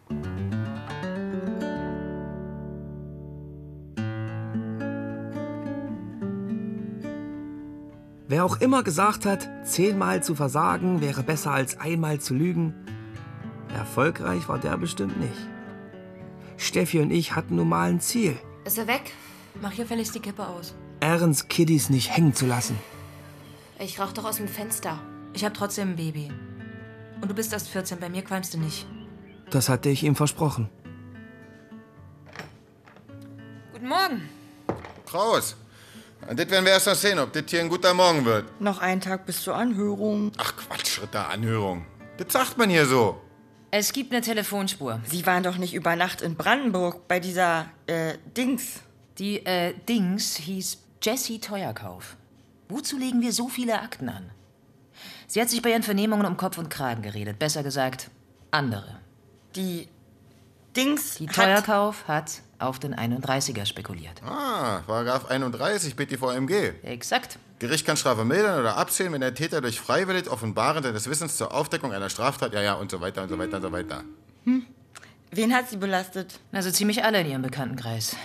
Speaker 4: Wer auch immer gesagt hat, zehnmal zu versagen wäre besser als einmal zu lügen, erfolgreich war der bestimmt nicht. Steffi und ich hatten nun mal ein Ziel,
Speaker 13: Ist er weg? Mach hier fälligst die Kippe aus.
Speaker 4: Erins Kiddies nicht hängen zu lassen.
Speaker 13: Ich rauch doch aus dem Fenster.
Speaker 7: Ich hab trotzdem ein Baby. Und du bist erst 14, bei mir qualmst du nicht.
Speaker 4: Das hatte ich ihm versprochen.
Speaker 7: Guten Morgen.
Speaker 10: Kraus, das werden wir erst noch sehen, ob das hier ein guter Morgen wird.
Speaker 9: Noch einen Tag bis zur Anhörung.
Speaker 10: Ach Quatsch, Ritter, Anhörung. Das sagt man hier so.
Speaker 9: Es gibt eine Telefonspur. Sie waren doch nicht über Nacht in Brandenburg bei dieser, äh, Dings.
Speaker 14: Die, äh, Dings hieß Jessie Teuerkauf. Wozu legen wir so viele Akten an? Sie hat sich bei ihren Vernehmungen um Kopf und Kragen geredet. Besser gesagt, andere.
Speaker 9: Die Dings.
Speaker 14: Die Teuerkauf hat auf den 31er spekuliert.
Speaker 10: Ah, Paragraph 31 BTVMG.
Speaker 14: Exakt.
Speaker 10: Gericht kann Strafe mildern oder absehen, wenn der Täter durch freiwillig Offenbaren seines Wissens zur Aufdeckung einer Straftat, ja, ja, und so weiter und so weiter und so weiter.
Speaker 14: Hm?
Speaker 9: Wen hat sie belastet?
Speaker 14: Also ziemlich alle in ihrem Bekanntenkreis.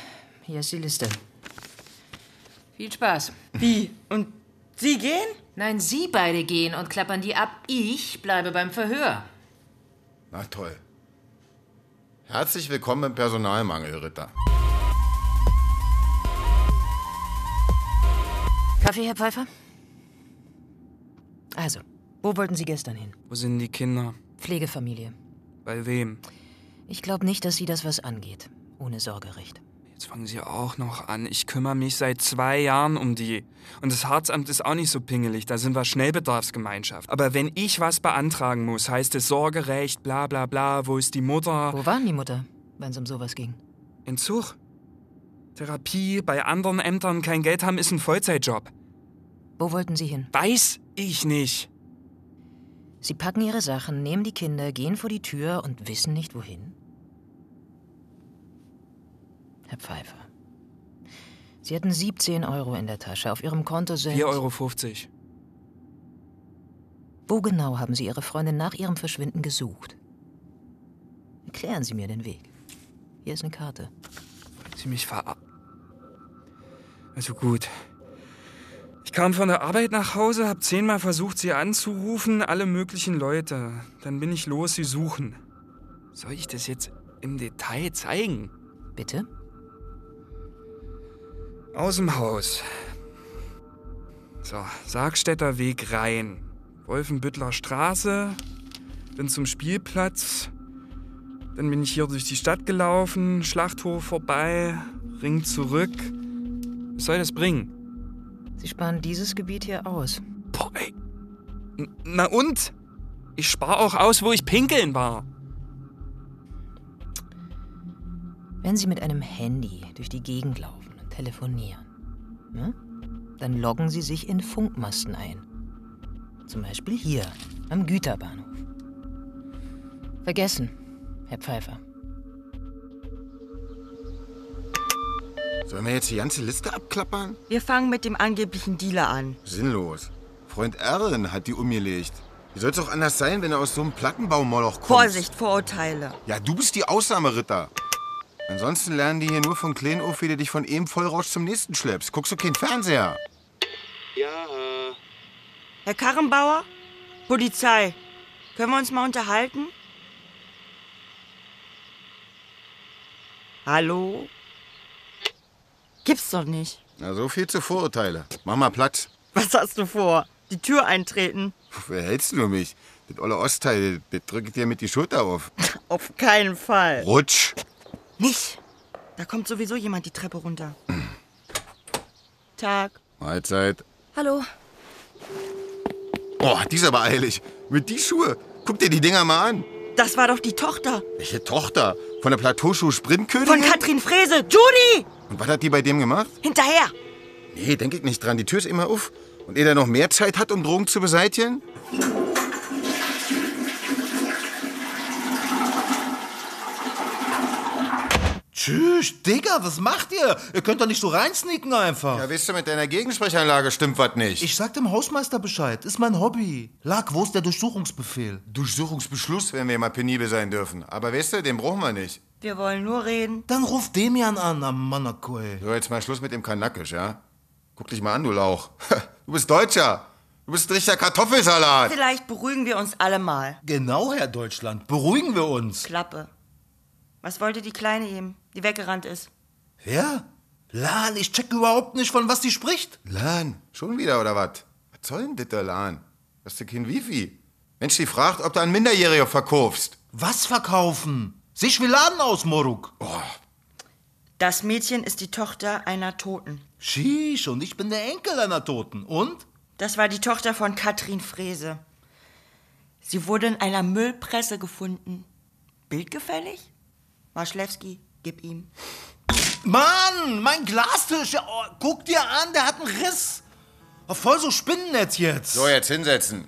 Speaker 14: Hier ist die Liste. Viel Spaß.
Speaker 9: Wie? Und Sie gehen?
Speaker 14: Nein, Sie beide gehen und klappern die ab. Ich bleibe beim Verhör.
Speaker 10: Na toll. Herzlich willkommen im Personalmangel, Ritter.
Speaker 14: Kaffee, Herr Pfeiffer? Also, wo wollten Sie gestern hin?
Speaker 8: Wo sind die Kinder?
Speaker 14: Pflegefamilie.
Speaker 8: Bei wem?
Speaker 14: Ich glaube nicht, dass Sie das was angeht. Ohne Sorgerecht.
Speaker 8: Jetzt fangen sie auch noch an. Ich kümmere mich seit zwei Jahren um die. Und das Harzamt ist auch nicht so pingelig. Da sind wir Schnellbedarfsgemeinschaft. Aber wenn ich was beantragen muss, heißt es Sorgerecht, bla bla bla, wo ist die Mutter?
Speaker 14: Wo waren die Mutter, wenn es um sowas ging?
Speaker 8: In Zug. Therapie, bei anderen Ämtern kein Geld haben, ist ein Vollzeitjob.
Speaker 14: Wo wollten Sie hin?
Speaker 8: Weiß ich nicht.
Speaker 14: Sie packen Ihre Sachen, nehmen die Kinder, gehen vor die Tür und wissen nicht wohin? Herr Pfeiffer. Sie hatten 17 Euro in der Tasche. Auf Ihrem Konto sind.
Speaker 8: 4,50 Euro.
Speaker 14: Wo genau haben Sie Ihre Freundin nach Ihrem Verschwinden gesucht? Erklären Sie mir den Weg. Hier ist eine Karte.
Speaker 8: Sie mich verab. Also gut. Ich kam von der Arbeit nach Hause, hab zehnmal versucht, sie anzurufen, alle möglichen Leute. Dann bin ich los, sie suchen. Soll ich das jetzt im Detail zeigen?
Speaker 14: Bitte?
Speaker 8: Aus dem Haus. So, Sargstädter Weg rein. Wolfenbüttler Straße. Bin zum Spielplatz. Dann bin ich hier durch die Stadt gelaufen, Schlachthof vorbei, Ring zurück. Was soll das bringen?
Speaker 14: Sie sparen dieses Gebiet hier aus.
Speaker 8: Boah, ey. N- Na und? Ich spare auch aus, wo ich pinkeln war.
Speaker 14: Wenn Sie mit einem Handy durch die Gegend laufen und telefonieren, ne, dann loggen Sie sich in Funkmasten ein. Zum Beispiel hier, am Güterbahnhof. Vergessen, Herr Pfeiffer.
Speaker 10: Sollen wir jetzt die ganze Liste abklappern?
Speaker 9: Wir fangen mit dem angeblichen Dealer an.
Speaker 10: Sinnlos. Freund Erlen hat die umgelegt. Wie soll's auch anders sein, wenn er aus so einem Plattenbaumoloch kommt?
Speaker 9: Vorsicht, Vorurteile.
Speaker 10: Ja, du bist die Ausnahme, Ritter. Ansonsten lernen die hier nur von klein auf, wie du dich von eben Vollrausch zum nächsten schleppst. Guckst du keinen Fernseher?
Speaker 9: Ja, äh. Herr Karrenbauer? Polizei. Können wir uns mal unterhalten? Hallo? Gibt's doch nicht.
Speaker 10: Na, so viel zu Vorurteile. Mach mal Platz.
Speaker 9: Was hast du vor? Die Tür eintreten?
Speaker 10: Wer hältst du mich? Das olle Ostteil, das drückt dir mit die Schulter auf.
Speaker 9: Auf keinen Fall.
Speaker 10: Rutsch.
Speaker 9: Nicht. Da kommt sowieso jemand die Treppe runter. Tag.
Speaker 10: Mahlzeit.
Speaker 13: Hallo.
Speaker 10: Oh, die ist aber eilig. Mit die Schuhe. Guck dir die Dinger mal an.
Speaker 9: Das war doch die Tochter
Speaker 10: Welche Tochter? Von der Plateauschuh Sprintkönigin?
Speaker 9: von Katrin Frese. Judy!
Speaker 10: Und was hat die bei dem gemacht?
Speaker 9: Hinterher!
Speaker 10: Nee, denk ich nicht dran. Die Tür ist immer auf. Und er da noch mehr Zeit hat, um Drogen zu beseitigen?
Speaker 17: Tschüss, Digga, was macht ihr? Ihr könnt doch nicht so reinsneaken einfach.
Speaker 10: Ja, wisst ihr, mit deiner Gegensprechanlage stimmt was nicht.
Speaker 17: Ich sag dem Hausmeister Bescheid, ist mein Hobby. Lag, wo ist der Durchsuchungsbefehl?
Speaker 10: Durchsuchungsbeschluss, wenn wir mal penibel sein dürfen. Aber weißt du, den brauchen wir nicht.
Speaker 17: Wir wollen nur reden. Dann ruf Demian an, am Manakoi.
Speaker 10: So, jetzt mal Schluss mit dem Kanakisch, ja? Guck dich mal an, du Lauch. Du bist Deutscher. Du bist ein richtiger Kartoffelsalat.
Speaker 9: Vielleicht beruhigen wir uns alle mal.
Speaker 17: Genau, Herr Deutschland, beruhigen wir uns.
Speaker 9: Klappe. Was wollte die Kleine ihm, die weggerannt ist?
Speaker 17: Wer? Lan, ich check überhaupt nicht, von was die spricht.
Speaker 10: Lan, schon wieder oder was? Was soll denn das da, Lan? Hast du kein Wifi? Mensch, die fragt, ob du einen Minderjähriger verkaufst.
Speaker 17: Was verkaufen? Sich wie Laden aus, Moruk.
Speaker 9: Das Mädchen ist die Tochter einer Toten.
Speaker 17: Schisch, und ich bin der Enkel einer Toten. Und?
Speaker 9: Das war die Tochter von Katrin Frese. Sie wurde in einer Müllpresse gefunden. Bildgefällig? Marschlewski, gib ihm.
Speaker 17: Mann, mein Glastisch, ja, oh, guck dir an, der hat einen Riss. Oh, voll so Spinnennetz jetzt.
Speaker 10: So, jetzt hinsetzen.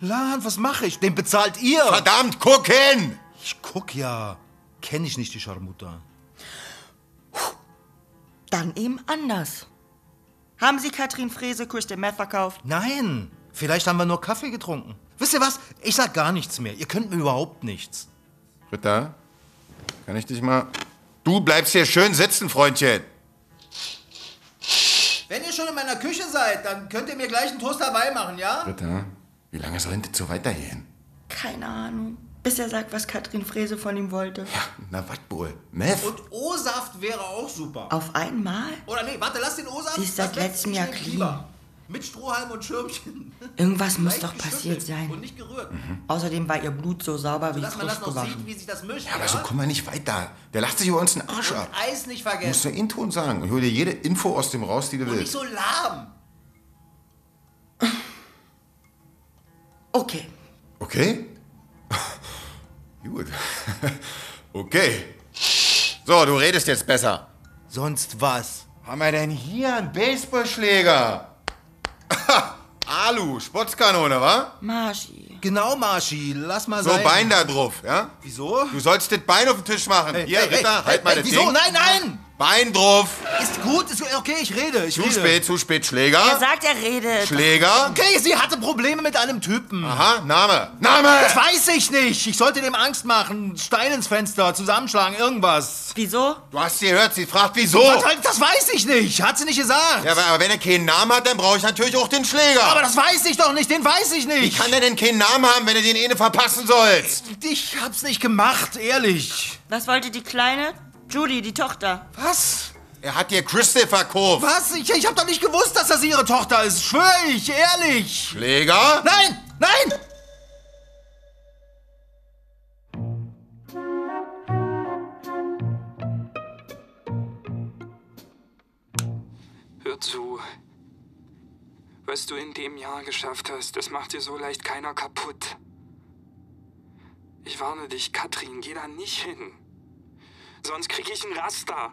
Speaker 17: Lan, was mache ich? Den bezahlt ihr.
Speaker 10: Verdammt, gucken!
Speaker 17: Ich guck ja. Kenne ich nicht die Scharmutter.
Speaker 9: Dann eben anders. Haben Sie Katrin Frese Crystal Meth verkauft?
Speaker 17: Nein, vielleicht haben wir nur Kaffee getrunken. Wisst ihr was? Ich sag gar nichts mehr. Ihr könnt mir überhaupt nichts.
Speaker 10: Ritter, kann ich dich mal... Du bleibst hier schön sitzen, Freundchen.
Speaker 17: Wenn ihr schon in meiner Küche seid, dann könnt ihr mir gleich einen Toast dabei machen, ja?
Speaker 10: Ritter, wie lange soll denn das so weitergehen?
Speaker 9: Keine Ahnung. Bis er sagt, was Katrin Frese von ihm wollte.
Speaker 10: Na, was wohl? Meth?
Speaker 17: Und O-Saft wäre auch super.
Speaker 9: Auf einmal?
Speaker 17: Oder nee, warte, lass den Osa
Speaker 9: Sie ist seit letztem Jahr clean.
Speaker 17: Mit Strohhalm und Schirmchen.
Speaker 9: Irgendwas muss
Speaker 17: Leicht
Speaker 9: doch passiert
Speaker 17: geschüttelt
Speaker 9: sein.
Speaker 17: Und nicht gerührt.
Speaker 9: Außerdem war ihr Blut so sauber wie
Speaker 17: Dass man Also, das
Speaker 9: frisch
Speaker 17: noch sieht,
Speaker 9: gewaschen.
Speaker 17: wie sich das mischt.
Speaker 10: Ja, aber so kommen wir nicht weiter. Der lacht sich über uns einen Arsch ab.
Speaker 17: Eis nicht
Speaker 10: Du musst
Speaker 17: vergessen.
Speaker 10: ja Inton sagen. Ich hol dir jede Info aus dem raus, die du
Speaker 17: Und nicht
Speaker 10: willst.
Speaker 17: so lahm.
Speaker 9: Okay.
Speaker 10: Okay? Gut. okay. So, du redest jetzt besser.
Speaker 17: Sonst was?
Speaker 10: Haben wir denn hier einen Baseballschläger? Alu, Sportskanone, wa?
Speaker 9: Marschi.
Speaker 17: Genau, Marschi. Lass mal
Speaker 10: So,
Speaker 17: sein.
Speaker 10: Bein da drauf, ja?
Speaker 17: Wieso?
Speaker 10: Du sollst das Bein auf den Tisch machen. hier,
Speaker 17: hey,
Speaker 10: Ritter,
Speaker 17: hey,
Speaker 10: halt
Speaker 17: hey,
Speaker 10: mal
Speaker 17: hey,
Speaker 10: das
Speaker 17: wieso?
Speaker 10: Ding.
Speaker 17: Nein, nein!
Speaker 10: Bein drauf.
Speaker 17: Ist gut, ist okay, ich rede. Ich
Speaker 10: Zu
Speaker 17: rede.
Speaker 10: spät, zu spät, Schläger.
Speaker 9: Er sagt, er redet.
Speaker 10: Schläger.
Speaker 17: Okay, sie hatte Probleme mit einem Typen.
Speaker 10: Aha, Name. Name!
Speaker 17: Das weiß ich nicht. Ich sollte dem Angst machen. Stein ins Fenster, zusammenschlagen, irgendwas.
Speaker 9: Wieso?
Speaker 10: Du hast sie gehört, sie fragt, wieso?
Speaker 17: Was, halt, das weiß ich nicht. Hat sie nicht gesagt.
Speaker 10: Ja, aber, aber wenn er keinen Namen hat, dann brauche ich natürlich auch den Schläger.
Speaker 17: Aber das weiß ich doch nicht. Den weiß ich
Speaker 10: Wie
Speaker 17: nicht.
Speaker 10: kann er denn keinen Namen haben, wenn du den eh verpassen sollst?
Speaker 17: Ich hab's nicht gemacht, ehrlich.
Speaker 9: Was wollte die Kleine? Judy, die Tochter.
Speaker 17: Was?
Speaker 10: Er hat dir Crystal verkauft.
Speaker 17: Was? Ich, ich hab doch nicht gewusst, dass das ihre Tochter ist. Schwör ich, ehrlich.
Speaker 10: Schläger?
Speaker 17: Nein, nein!
Speaker 8: Hör zu. Was du in dem Jahr geschafft hast, das macht dir so leicht keiner kaputt. Ich warne dich, Katrin, geh da nicht hin. Sonst krieg ich einen Raster.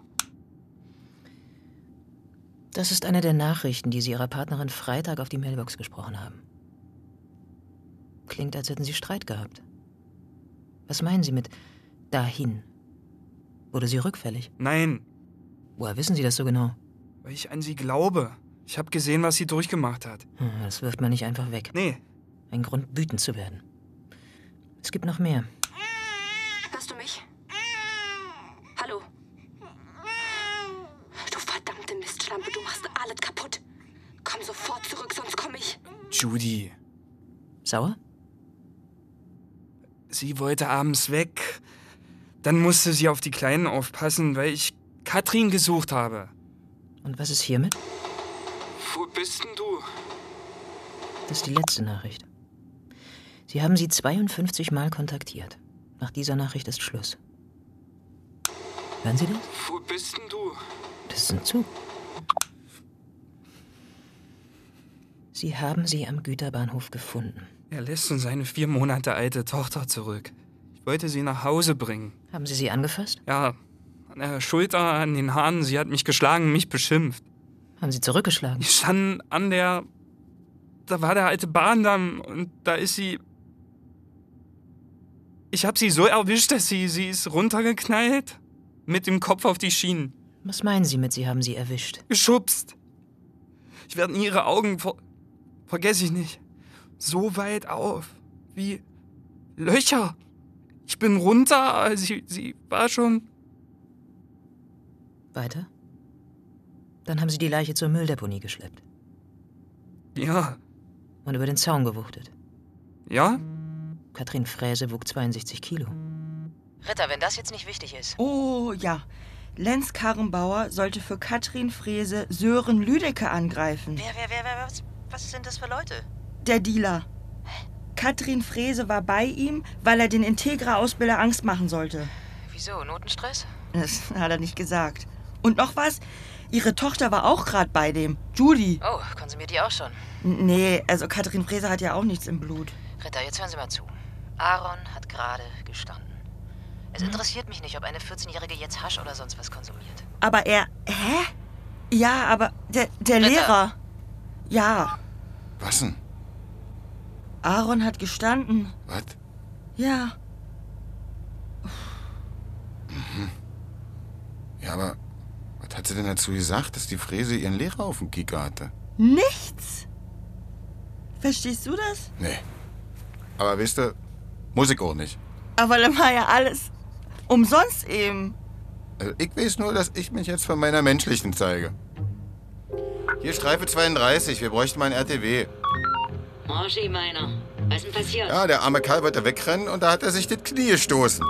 Speaker 14: Das ist eine der Nachrichten, die sie ihrer Partnerin Freitag auf die Mailbox gesprochen haben. Klingt, als hätten sie Streit gehabt. Was meinen Sie mit dahin? Wurde sie rückfällig?
Speaker 8: Nein.
Speaker 14: Woher wissen Sie das so genau?
Speaker 8: Weil ich an sie glaube. Ich hab gesehen, was sie durchgemacht hat.
Speaker 14: Hm, Das wirft man nicht einfach weg.
Speaker 8: Nee.
Speaker 14: Ein Grund, wütend zu werden. Es gibt noch mehr.
Speaker 13: Hörst du mich? Hallo? Du verdammte Mistschlampe, du machst alles kaputt. Komm sofort zurück, sonst komm ich.
Speaker 8: Judy.
Speaker 14: Sauer?
Speaker 8: Sie wollte abends weg. Dann musste sie auf die Kleinen aufpassen, weil ich Katrin gesucht habe.
Speaker 14: Und was ist hiermit?
Speaker 8: Wo bist denn du?
Speaker 14: Das ist die letzte Nachricht. Sie haben sie 52 Mal kontaktiert. Nach dieser Nachricht ist Schluss. Hören Sie das?
Speaker 8: Wo bist denn du?
Speaker 14: Das ist ein Zug. Sie haben sie am Güterbahnhof gefunden.
Speaker 8: Er lässt uns seine vier Monate alte Tochter zurück. Ich wollte sie nach Hause bringen.
Speaker 14: Haben Sie sie angefasst?
Speaker 8: Ja, An der Schulter, an den Haaren. Sie hat mich geschlagen, mich beschimpft.
Speaker 14: Haben Sie zurückgeschlagen?
Speaker 8: Die standen an der. Da war der alte Bahndamm und da ist sie. Ich hab sie so erwischt, dass sie. Sie ist runtergeknallt. Mit dem Kopf auf die Schienen.
Speaker 14: Was meinen Sie mit, Sie haben sie erwischt?
Speaker 8: Geschubst. Ich werde nie ihre Augen. Ver vergesse ich nicht. So weit auf. Wie Löcher. Ich bin runter. aber Sie, sie war schon.
Speaker 14: Weiter? Dann haben Sie die Leiche zur Mülldeponie geschleppt.
Speaker 8: Ja.
Speaker 14: Und über den Zaun gewuchtet.
Speaker 8: Ja?
Speaker 14: Katrin Fräse wog 62 Kilo.
Speaker 5: Ritter, wenn das jetzt nicht wichtig ist.
Speaker 9: Oh ja. Lenz Karrenbauer sollte für Katrin Frese Sören Lüdecke angreifen.
Speaker 5: Wer, wer, wer, wer, was, was sind das für Leute?
Speaker 9: Der Dealer. Katrin Frese war bei ihm, weil er den Integra-Ausbilder Angst machen sollte.
Speaker 5: Wieso? Notenstress?
Speaker 9: Das hat er nicht gesagt. Und noch was? Ihre Tochter war auch gerade bei dem. Judy.
Speaker 5: Oh, konsumiert die auch schon.
Speaker 9: N- Nee, also Katrin Frese hat ja auch nichts im Blut.
Speaker 5: Ritter, jetzt hören Sie mal zu. Aaron hat gerade gestanden. Es
Speaker 18: Hm?
Speaker 5: interessiert mich nicht, ob eine 14-Jährige jetzt Hasch oder sonst was konsumiert.
Speaker 9: Aber er. Hä? Ja, aber der, der
Speaker 5: Ritter.
Speaker 9: Lehrer. Ja,
Speaker 10: Was denn?
Speaker 9: Aaron hat gestanden.
Speaker 10: Was?
Speaker 9: Ja.
Speaker 10: Mhm. Ja, aber was hat sie denn dazu gesagt, dass die Fräse ihren Lehrer auf dem Kicker hatte?
Speaker 9: Nichts. Verstehst du das?
Speaker 10: Nee. Aber wisst ihr, muss ich auch nicht.
Speaker 9: Aber dann war ja alles umsonst eben.
Speaker 10: Also ich weiß nur, dass ich mich jetzt von meiner menschlichen zeige. Hier Streife 32, wir bräuchten mal ein RTW.
Speaker 19: Roger, meiner. Was ist denn passiert?
Speaker 10: Ja, der arme Kerl wollte wegrennen und da hat er sich das Knie gestoßen.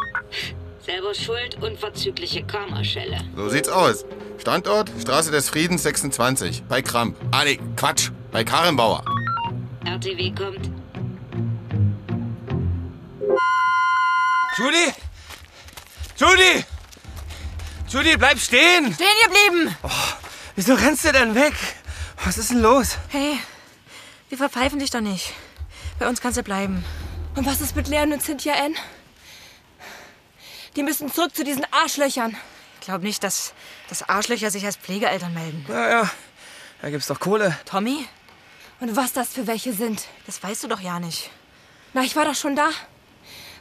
Speaker 19: Selber schuld, unverzügliche Karmaschelle.
Speaker 10: So sieht's aus. Standort, Straße des Friedens 26, bei Kramp. Ah nee, Quatsch, bei Karrenbauer.
Speaker 19: RTW kommt.
Speaker 6: Judy! Judy! Judy, bleib stehen!
Speaker 7: Stehen geblieben!
Speaker 6: Oh, wieso rennst du denn weg? Was ist denn los?
Speaker 7: Hey, wir verpfeifen dich doch nicht. Bei uns kannst du bleiben.
Speaker 20: Und was ist mit Leon und Cynthia N? Die müssen zurück zu diesen Arschlöchern.
Speaker 7: Ich glaube nicht, dass, dass Arschlöcher sich als Pflegeeltern melden.
Speaker 6: Ja, ja. Da gibt's doch Kohle.
Speaker 7: Tommy?
Speaker 20: Und was das für welche sind?
Speaker 7: Das weißt du doch ja nicht.
Speaker 20: Na, ich war doch schon da.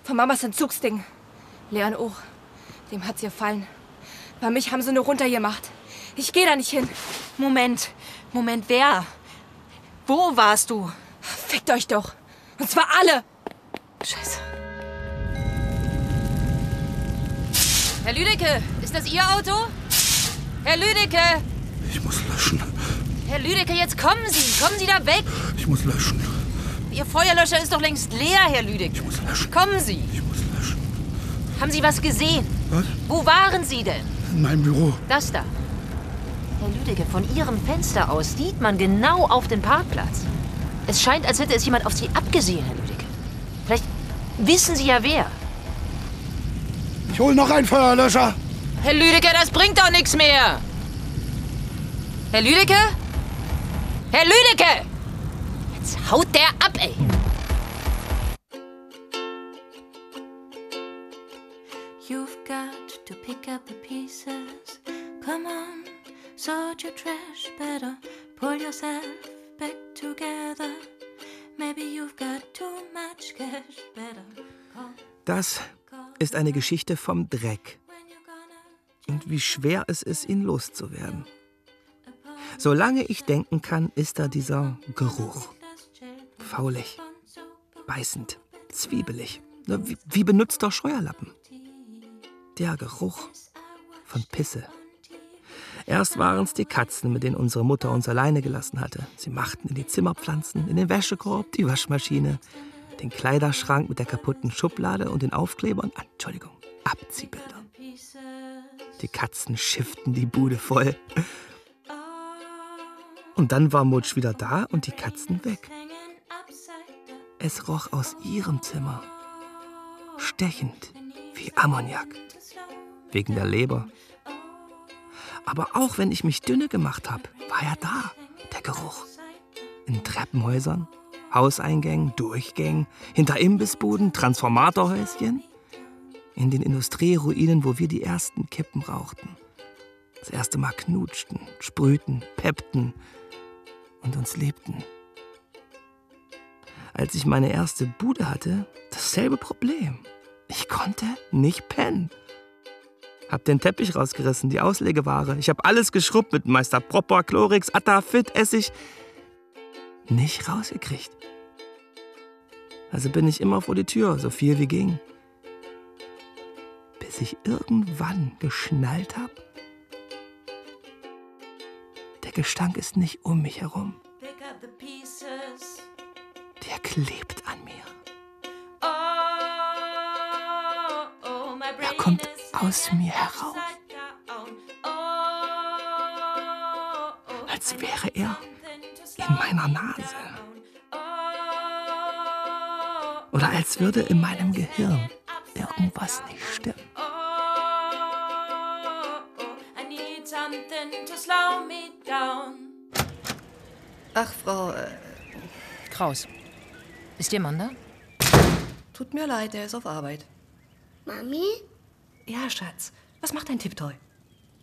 Speaker 20: Von Mamas Entzugsding. Leon auch. Dem hat's gefallen. Bei mich haben sie nur runtergemacht. Ich gehe da nicht hin.
Speaker 7: Moment, Moment, wer? Wo warst du?
Speaker 20: Fickt euch doch. Und zwar alle.
Speaker 7: Scheiße.
Speaker 18: Herr Lüdecke, ist das Ihr Auto? Herr Lüdecke!
Speaker 16: Ich muss löschen.
Speaker 18: Herr Lüdecke, jetzt kommen Sie! Kommen Sie da weg!
Speaker 16: Ich muss löschen.
Speaker 18: Ihr Feuerlöscher ist doch längst leer, Herr Lüdecke. Ich muss
Speaker 16: löschen.
Speaker 18: Kommen Sie! Ich muss löschen. Haben Sie was gesehen?
Speaker 16: Was?
Speaker 18: Wo waren Sie denn?
Speaker 16: In meinem Büro.
Speaker 18: Das da. Herr Lüdecke, von Ihrem Fenster aus sieht man genau auf den Parkplatz. Es scheint, als hätte es jemand auf Sie abgesehen, Herr Lüdecke. Vielleicht wissen Sie ja wer.
Speaker 16: Ich hol noch einen Feuerlöscher.
Speaker 18: Herr Lüdecke, das bringt doch nichts mehr. Herr Lüdecke? Herr Lüdecke! Jetzt haut der ab, ey.
Speaker 3: You've got to pick up the pieces. Come on, sort your trash better. Pull yourself back together. Maybe you've got too much cash better.
Speaker 4: Das ist eine Geschichte vom Dreck. Und wie schwer es ist, ihn loszuwerden. Solange ich denken kann, ist da dieser Geruch. Faulig, beißend, zwiebelig. Na, Wie, wie benutzter Scheuerlappen. Der Geruch von Pisse. Erst waren es die Katzen, mit denen unsere Mutter uns alleine gelassen hatte. Sie machten in die Zimmerpflanzen, in den Wäschekorb, die Waschmaschine, den Kleiderschrank mit der kaputten Schublade und den Aufklebern, ah, Entschuldigung, Abziehbildern. Die Katzen schifften die Bude voll. Und dann war Mutsch wieder da und die Katzen weg. Es roch aus ihrem Zimmer. Stechend, wie Ammoniak. Wegen der Leber. Aber auch wenn ich mich dünne gemacht habe, war er da, der Geruch. In Treppenhäusern, Hauseingängen, Durchgängen, hinter Imbissbuden, Transformatorhäuschen. in den Industrieruinen, wo wir die ersten Kippen rauchten. Das erste Mal knutschten, sprühten, peppten und uns lebten. Als ich meine erste Bude hatte, dasselbe Problem. Ich konnte nicht pennen. Hab den Teppich rausgerissen, die Auslegeware. Ich hab alles geschrubbt mit Meister Propper, Chlorix, Atafit, Essig. Nicht rausgekriegt. Also bin ich immer vor die Tür, so viel wie ging. Bis ich irgendwann geschnallt hab, der Gestank ist nicht um mich herum.
Speaker 3: Pick up the pieces.
Speaker 4: Der klebt an mir.
Speaker 3: Oh, oh, my brain
Speaker 4: Er kommt
Speaker 3: is
Speaker 4: aus mir heraus,
Speaker 3: upside down. Oh, oh,
Speaker 4: als wäre er in meiner Nase. Oder als würde in meinem Gehirn irgendwas nicht stimmen.
Speaker 3: I need something to slow me down.
Speaker 15: Ach, Frau, äh,
Speaker 14: Kraus. Ist Ihr Mann da?
Speaker 15: tut mir leid, er ist auf Arbeit.
Speaker 21: Mami?
Speaker 15: Ja, Schatz. Was macht dein Tipptoy?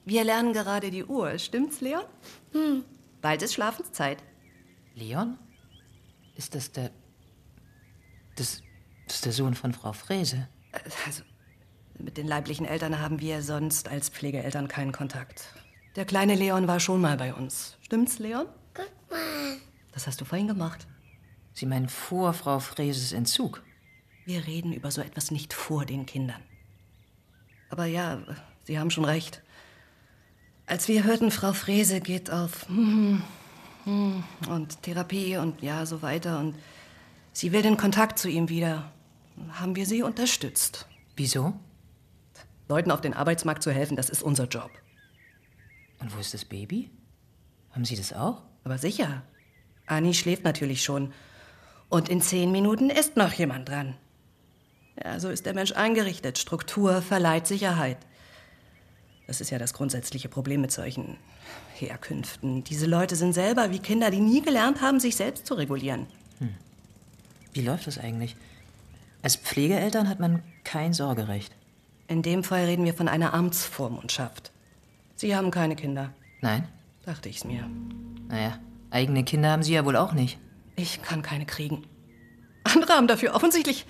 Speaker 15: Wir lernen gerade die Uhr, stimmt's, Leon?
Speaker 21: Hm.
Speaker 15: Bald ist Schlafenszeit.
Speaker 14: Leon? Ist das der. Das, das ist der Sohn von Frau Frese.
Speaker 15: Äh, Also, mit den leiblichen Eltern haben wir sonst als Pflegeeltern keinen Kontakt. Der kleine Leon war schon mal bei uns. Stimmt's, Leon? Das hast du vorhin gemacht.
Speaker 14: Sie meinen vor Frau Freses Entzug?
Speaker 15: Wir reden über so etwas nicht vor den Kindern. Aber ja, Sie haben schon recht. Als wir hörten, Frau Frese geht auf hm, hm, und Therapie und ja, so weiter und sie will den Kontakt zu ihm wieder, haben wir sie unterstützt.
Speaker 14: Wieso?
Speaker 15: Leuten auf den Arbeitsmarkt zu helfen, das ist unser Job.
Speaker 14: Und wo ist das Baby? Haben Sie das auch?
Speaker 15: Aber sicher. Anni schläft natürlich schon. Und in zehn Minuten ist noch jemand dran. Ja, so ist der Mensch eingerichtet. Struktur verleiht Sicherheit. Das ist ja das grundsätzliche Problem mit solchen Herkünften. Diese Leute sind selber wie Kinder, die nie gelernt haben, sich selbst zu regulieren.
Speaker 14: Hm. Wie läuft das eigentlich? Als Pflegeeltern hat man kein Sorgerecht.
Speaker 15: In dem Fall reden wir von einer Amtsvormundschaft. Sie haben keine Kinder,
Speaker 14: Nein?
Speaker 15: dachte ich's mir.
Speaker 14: Naja, eigene Kinder haben Sie ja wohl auch nicht.
Speaker 15: Ich kann keine kriegen. Andere haben dafür offensichtlich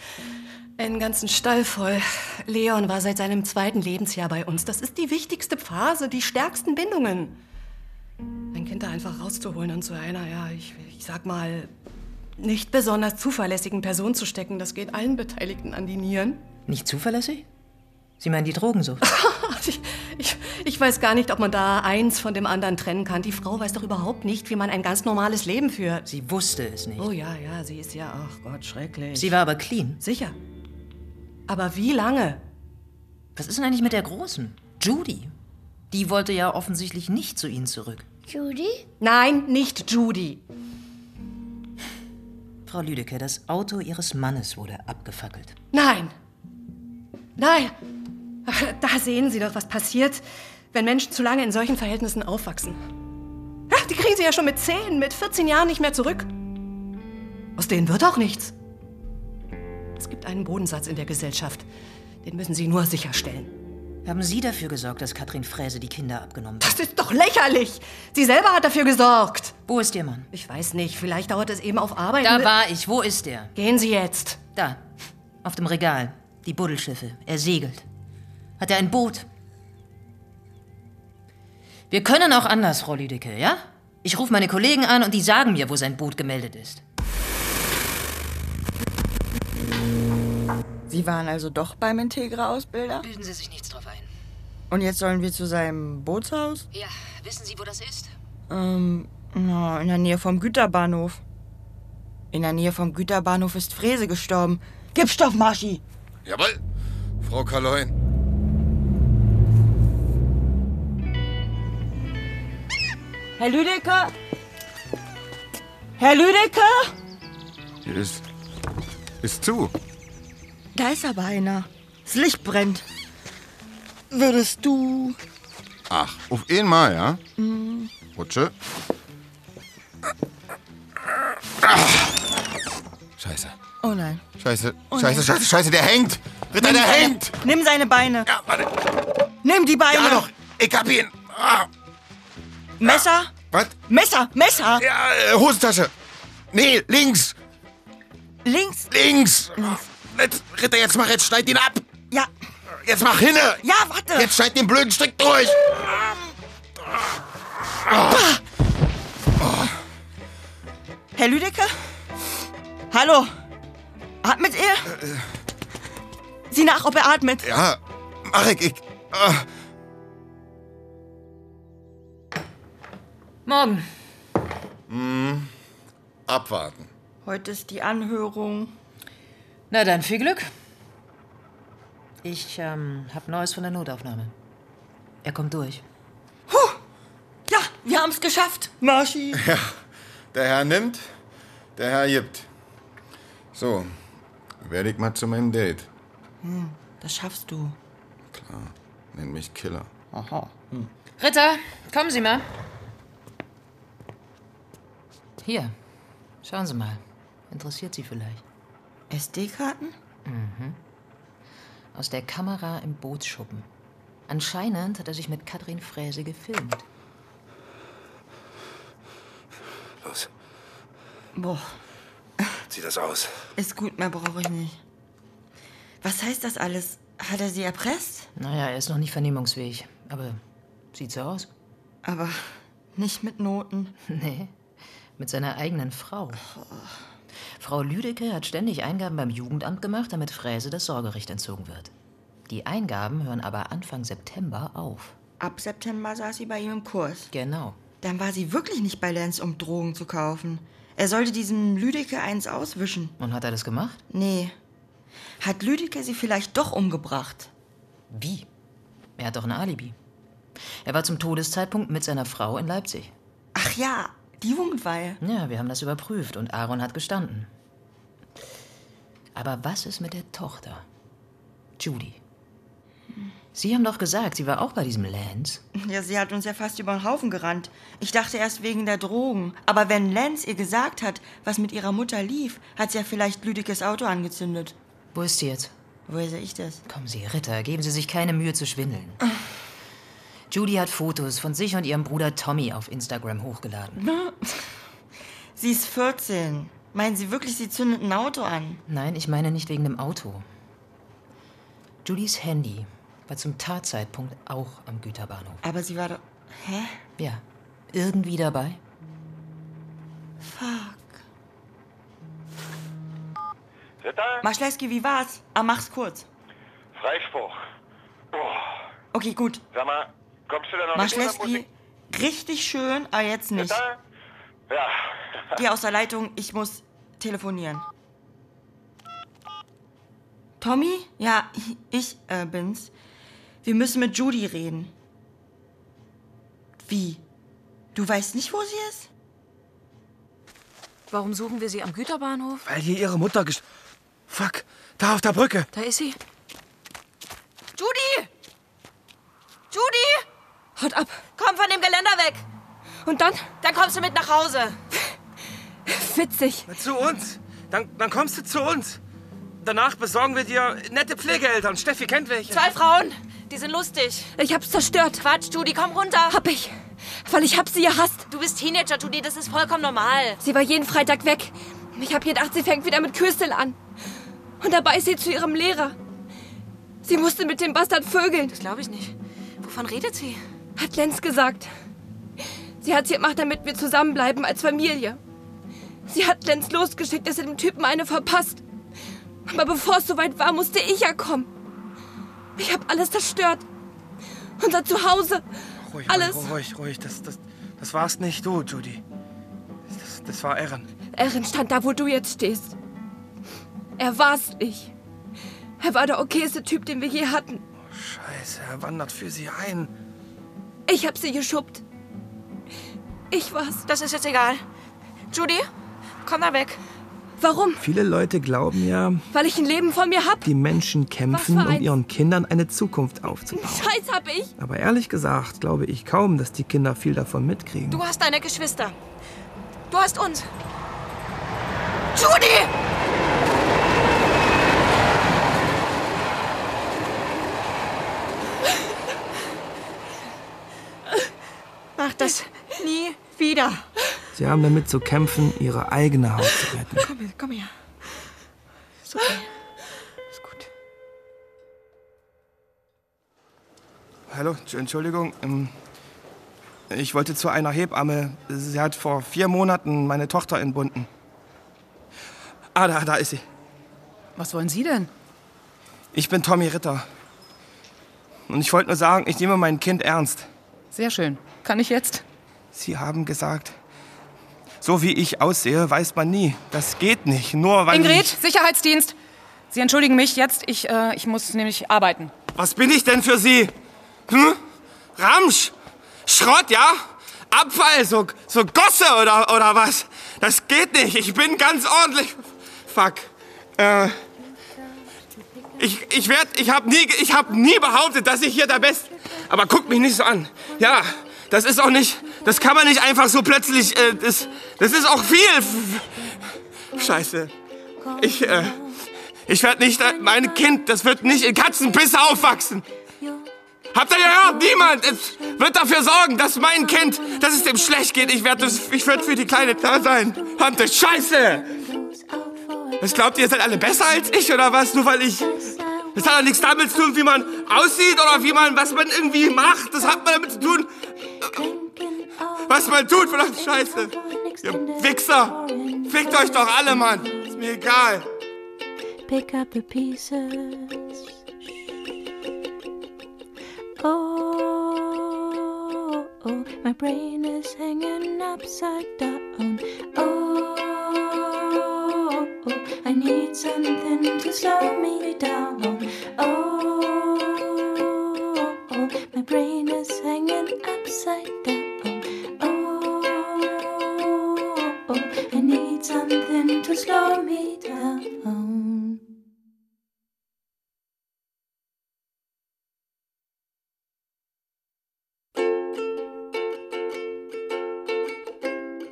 Speaker 15: einen ganzen Stall voll. Leon war seit seinem zweiten Lebensjahr bei uns. Das ist die wichtigste Phase, die stärksten Bindungen. Ein Kind da einfach rauszuholen und zu einer, ja, ich, ich sag mal, nicht besonders zuverlässigen Person zu stecken, das geht allen Beteiligten an die Nieren.
Speaker 14: Nicht zuverlässig? Sie meinen die Drogensucht?
Speaker 15: Ich weiß gar nicht, ob man da eins von dem anderen trennen kann. Die Frau weiß doch überhaupt nicht, wie man ein ganz normales Leben führt.
Speaker 14: Sie wusste es nicht.
Speaker 15: Oh ja, ja, sie ist ja, ach Gott, schrecklich.
Speaker 14: Sie war aber clean.
Speaker 15: Sicher. Aber wie lange?
Speaker 14: Was ist denn eigentlich mit der Großen? Judy. Die wollte ja offensichtlich nicht zu Ihnen zurück.
Speaker 21: Judy?
Speaker 15: Nein, nicht Judy.
Speaker 14: Frau Lüdecke, das Auto Ihres Mannes wurde abgefackelt.
Speaker 15: Nein. Nein. Ach, Da sehen Sie doch, was passiert, wenn Menschen zu lange in solchen Verhältnissen aufwachsen. Ach, die kriegen sie ja schon mit 10, mit 14 Jahren nicht mehr zurück. Aus denen wird auch nichts. Es gibt einen Bodensatz in der Gesellschaft. Den müssen Sie nur sicherstellen.
Speaker 14: Haben Sie dafür gesorgt, dass Katrin Fräse die Kinder abgenommen hat?
Speaker 15: Das ist doch lächerlich. Sie selber hat dafür gesorgt.
Speaker 14: Wo ist Ihr Mann?
Speaker 15: Ich weiß nicht, vielleicht dauert es eben auf Arbeit.
Speaker 14: Da war ich. Wo ist er?
Speaker 15: Gehen Sie jetzt.
Speaker 14: Da. Auf dem Regal. Die Buddelschiffe. Er segelt. Hat er ein Boot? Wir können auch anders, Frau Lüdecke, ja? Ich rufe meine Kollegen an und die sagen mir, wo sein Boot gemeldet ist.
Speaker 15: Sie waren also doch beim Integra-Ausbilder?
Speaker 22: Bilden Sie sich nichts drauf ein.
Speaker 15: Und jetzt sollen wir zu seinem Bootshaus?
Speaker 22: Ja, wissen Sie, wo das ist?
Speaker 15: Ähm, na, in der Nähe vom Güterbahnhof. In der Nähe vom Güterbahnhof ist Frese gestorben. Gib Stoff, Marschi!
Speaker 10: Jawohl, Frau Kaloin.
Speaker 9: Herr Lüdecke? Herr Lüdecke?
Speaker 10: Ist, ist zu.
Speaker 15: Da ist aber einer. Das Licht brennt. Würdest du.
Speaker 10: Ach, auf einmal, ja?
Speaker 9: Mhm.
Speaker 15: Hm,
Speaker 10: Rutsche. Scheiße.
Speaker 15: oh nein.
Speaker 10: Scheiße,
Speaker 15: Oh nein.
Speaker 9: Oh
Speaker 10: scheiße, scheiße, scheiße, der hängt! Ritter, der hängt!
Speaker 9: Nimm seine Beine. Ja, warte. Nimm die Beine. Ja, doch.
Speaker 10: Ich hab ihn. Ah.
Speaker 9: Messer?
Speaker 10: Was?
Speaker 9: Messer, Messer.
Speaker 10: Ja, äh, Hosentasche. Nee, links.
Speaker 9: Links?
Speaker 10: Links. Jetzt, Ritter, jetzt mach, jetzt schneid ihn ab.
Speaker 9: Ja.
Speaker 10: Jetzt mach hinne.
Speaker 9: Ja, warte.
Speaker 10: Jetzt schneid den blöden Strick durch.
Speaker 9: Herr Lüdecke? Hallo. Atmet ihr? Sieh nach, ob er atmet.
Speaker 10: Ja, mach ich. ich äh,
Speaker 7: Morgen.
Speaker 10: Hm, abwarten.
Speaker 9: Heute ist die Anhörung.
Speaker 14: Na dann, viel Glück. Ich ähm, habe Neues von der Notaufnahme. Er kommt durch.
Speaker 9: Ja, wir haben's geschafft. Marschi.
Speaker 10: Ja, der Herr nimmt, der Herr gibt. So, werde ich mal zu meinem Date.
Speaker 9: Hm, das schaffst du.
Speaker 10: Klar, nenn mich Killer.
Speaker 9: Aha.
Speaker 14: Ritter, kommen Sie mal. Hier, schauen Sie mal. Interessiert Sie vielleicht.
Speaker 9: SD-Karten?
Speaker 14: Mhm. Aus der Kamera im Bootsschuppen. Anscheinend hat er sich mit Katrin Fräse gefilmt.
Speaker 16: Los,
Speaker 9: Boah,
Speaker 16: zieh das aus.
Speaker 9: ist gut, mehr brauche ich nicht. Was heißt das alles? Hat er sie erpresst?
Speaker 14: Naja, er ist noch nicht vernehmungsfähig, aber sieht so aus.
Speaker 9: Aber nicht mit Noten. Oh.
Speaker 14: Nee, mit seiner eigenen Frau. Frau Lüdecke hat ständig Eingaben beim Jugendamt gemacht, damit Fräse das Sorgerecht entzogen wird. Die Eingaben hören aber Anfang September auf.
Speaker 9: Ab September saß sie bei ihm im Kurs.
Speaker 14: Genau.
Speaker 9: Dann war sie wirklich nicht bei Lenz, um Drogen zu kaufen. Er sollte diesem Lüdecke eins auswischen.
Speaker 14: Und hat er das gemacht?
Speaker 9: Nee. Hat Lüdecke sie vielleicht doch umgebracht?
Speaker 14: Wie? Er hat doch ein Alibi. Er war zum Todeszeitpunkt mit seiner Frau in Leipzig.
Speaker 9: Ach ja, die Jugendweihe.
Speaker 14: Ja, wir haben das überprüft und Aaron hat gestanden. Aber was ist mit der Tochter? Judy. Sie haben doch gesagt, sie war auch bei diesem Lance.
Speaker 9: Ja, sie hat uns ja fast über den Haufen gerannt. Ich dachte erst wegen der Drogen. Aber wenn Lenz ihr gesagt hat, was mit ihrer Mutter lief, hat sie ja vielleicht Lüdekes Auto angezündet.
Speaker 14: Wo ist sie jetzt?
Speaker 9: Woher sehe ich das?
Speaker 14: Kommen Sie, Ritter, geben Sie sich keine Mühe zu schwindeln. Judy hat Fotos von sich und ihrem Bruder Tommy auf Instagram hochgeladen.
Speaker 9: Na, Sie ist 14. Meinen Sie wirklich, sie zündet ein Auto an?
Speaker 14: Nein, ich meine nicht wegen dem Auto. Judies Handy war zum Tatzeitpunkt auch am Güterbahnhof.
Speaker 9: Aber sie war doch. Hä?
Speaker 14: Ja, irgendwie dabei.
Speaker 9: Fuck. Maschleski, wie war's? Ah, mach's kurz.
Speaker 1: Freispruch.
Speaker 9: Okay, gut.
Speaker 1: Sag mal, kommst du da noch
Speaker 9: Maschleski, richtig schön, aber jetzt nicht.
Speaker 1: Ja.
Speaker 9: Geh aus der Leitung, ich muss telefonieren. Tommy? Ja, ich äh, bin's. Wir müssen mit Judy reden. Wie? Du weißt nicht, wo sie ist?
Speaker 7: Warum suchen wir sie am Güterbahnhof?
Speaker 6: Weil hier ihre Mutter gest... Fuck, da auf der Brücke.
Speaker 7: Da ist sie. Judy! Judy!
Speaker 20: Haut ab.
Speaker 7: Komm von dem Geländer weg!
Speaker 20: Und dann?
Speaker 7: Dann kommst du mit nach Hause.
Speaker 20: Witzig.
Speaker 6: Zu uns. Dann, dann kommst du zu uns. Danach besorgen wir dir nette Pflegeeltern. Steffi kennt welche.
Speaker 7: Zwei Frauen, die sind lustig.
Speaker 20: Ich hab's zerstört.
Speaker 7: Quatsch, Judy, komm runter.
Speaker 20: Hab ich. Weil ich hab sie gehasst.
Speaker 7: Du bist Teenager, Judy, das ist vollkommen normal.
Speaker 20: Sie war jeden Freitag weg. Ich hab gedacht, sie fängt wieder mit Kürstel an. Und dabei ist sie zu ihrem Lehrer. Sie musste mit dem Bastard vögeln.
Speaker 7: Das glaube ich nicht. Wovon redet sie?
Speaker 20: Hat Lenz gesagt. Sie hat's gemacht, damit wir zusammenbleiben als Familie. Sie hat Lenz losgeschickt, dass er dem Typen eine verpasst. Aber bevor es soweit war, musste ich ja kommen. Ich hab alles zerstört. Unser Zuhause.
Speaker 6: Ruhig,
Speaker 20: alles.
Speaker 6: Ruhig, ruhig, ruhig. Das, das, das warst nicht du, Judy. Das, das war Erin.
Speaker 20: Erin stand da, wo du jetzt stehst. Er war's nicht. Er war der okayste Typ, den wir je hatten.
Speaker 6: Scheiße, er wandert für sie ein.
Speaker 20: Ich hab sie geschubbt. Ich war's.
Speaker 7: Das ist jetzt egal. Judy, komm da weg.
Speaker 20: Warum?
Speaker 4: Viele Leute glauben ja,
Speaker 20: Weil ich ein Leben von mir hab.
Speaker 4: die Menschen kämpfen,
Speaker 20: Was für
Speaker 4: um
Speaker 20: eins?
Speaker 4: ihren Kindern eine Zukunft aufzubauen.
Speaker 20: Scheiß hab ich.
Speaker 4: Aber ehrlich gesagt glaube ich kaum, dass die Kinder viel davon mitkriegen.
Speaker 7: Du hast deine Geschwister. Du hast uns. Judy! mach das nie wieder.
Speaker 12: Sie haben damit zu kämpfen, ihre eigene Haut zu retten.
Speaker 7: Komm, her, komm her. So.
Speaker 12: Hallo, Entsch- Entschuldigung. ähm, Ich wollte zu einer Hebamme. Sie hat vor vier Monaten meine Tochter entbunden. Ah, da, da ist sie.
Speaker 4: Was wollen Sie denn?
Speaker 12: Ich bin Tommy Ritter. Und ich wollte nur sagen, ich nehme mein Kind ernst.
Speaker 4: Sehr schön. Kann ich jetzt?
Speaker 12: Sie haben gesagt, so wie ich aussehe, weiß man nie. Das geht nicht. Nur weil
Speaker 4: Ingrid,
Speaker 12: ich...
Speaker 4: Sicherheitsdienst. Sie entschuldigen mich jetzt. Ich, äh, ich muss nämlich arbeiten.
Speaker 12: Was bin ich denn für Sie? Hm? Ramsch? Schrott, ja? Abfall, so, so Gosse oder, oder was? Das geht nicht. Ich bin ganz ordentlich. Fuck. Äh, ich, ich werd, ich hab nie, ich hab nie behauptet, dass ich hier der Best. Aber guck mich nicht so an. Ja, das ist auch nicht, das kann man nicht einfach so plötzlich, äh, das, das ist auch viel. Scheiße. Ich, äh, ich werd nicht, äh, mein Kind, das wird nicht in Katzenpisse aufwachsen. Habt ihr gehört? Niemand es wird dafür sorgen, dass mein Kind, dass es dem schlecht geht. Ich werde ich werd für die Kleine da sein. Verdammte Scheiße! Was glaubt ihr, ihr seid alle besser als ich oder was? Nur weil ich... Das hat doch nichts damit zu tun, wie man aussieht oder wie man, was man irgendwie macht. Das hat man damit zu tun, was man tut. Verdammte Scheiße. Ihr Wichser. Fickt euch doch alle, Mann. Ist mir egal.
Speaker 3: Pick up the pieces. Oh, oh, my brain is hanging upside down. Oh, oh, I need something to slow me down. Oh, oh, my brain is hanging upside down. Oh, oh, I need something to slow me down.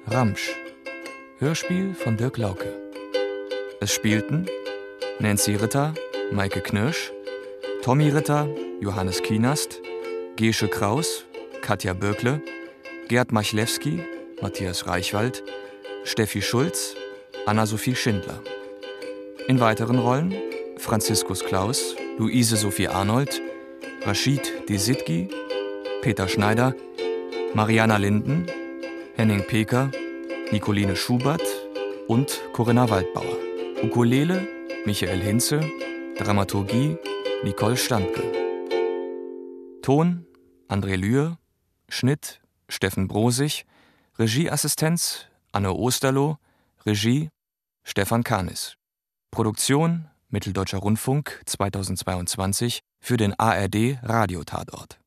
Speaker 23: Ramsch. Hörspiel von Dirk Lauke. Es spielten Nancy Ritter, Maike Knirsch, Tommy Ritter, Johannes Kienast, Gesche Kraus, Katja Birkle, Gerd Machlewski, Matthias Reichwald, Steffi Schulz, Anna-Sophie Schindler. In weiteren Rollen Franziskus Klaus, Luise Sophie Arnold, Rashid Desitki, Peter Schneider, Mariana Linden, Henning Peker, Nicoline Schubert und Corinna Waldbauer. Ukulele Michael Hinze, Dramaturgie Nicole Standke. Ton André Lühr, Schnitt Steffen Brosig, Regieassistenz Anne Osterloh, Regie Stefan Kahnis. Produktion Mitteldeutscher Rundfunk 2022 für den ARD Radiotatort.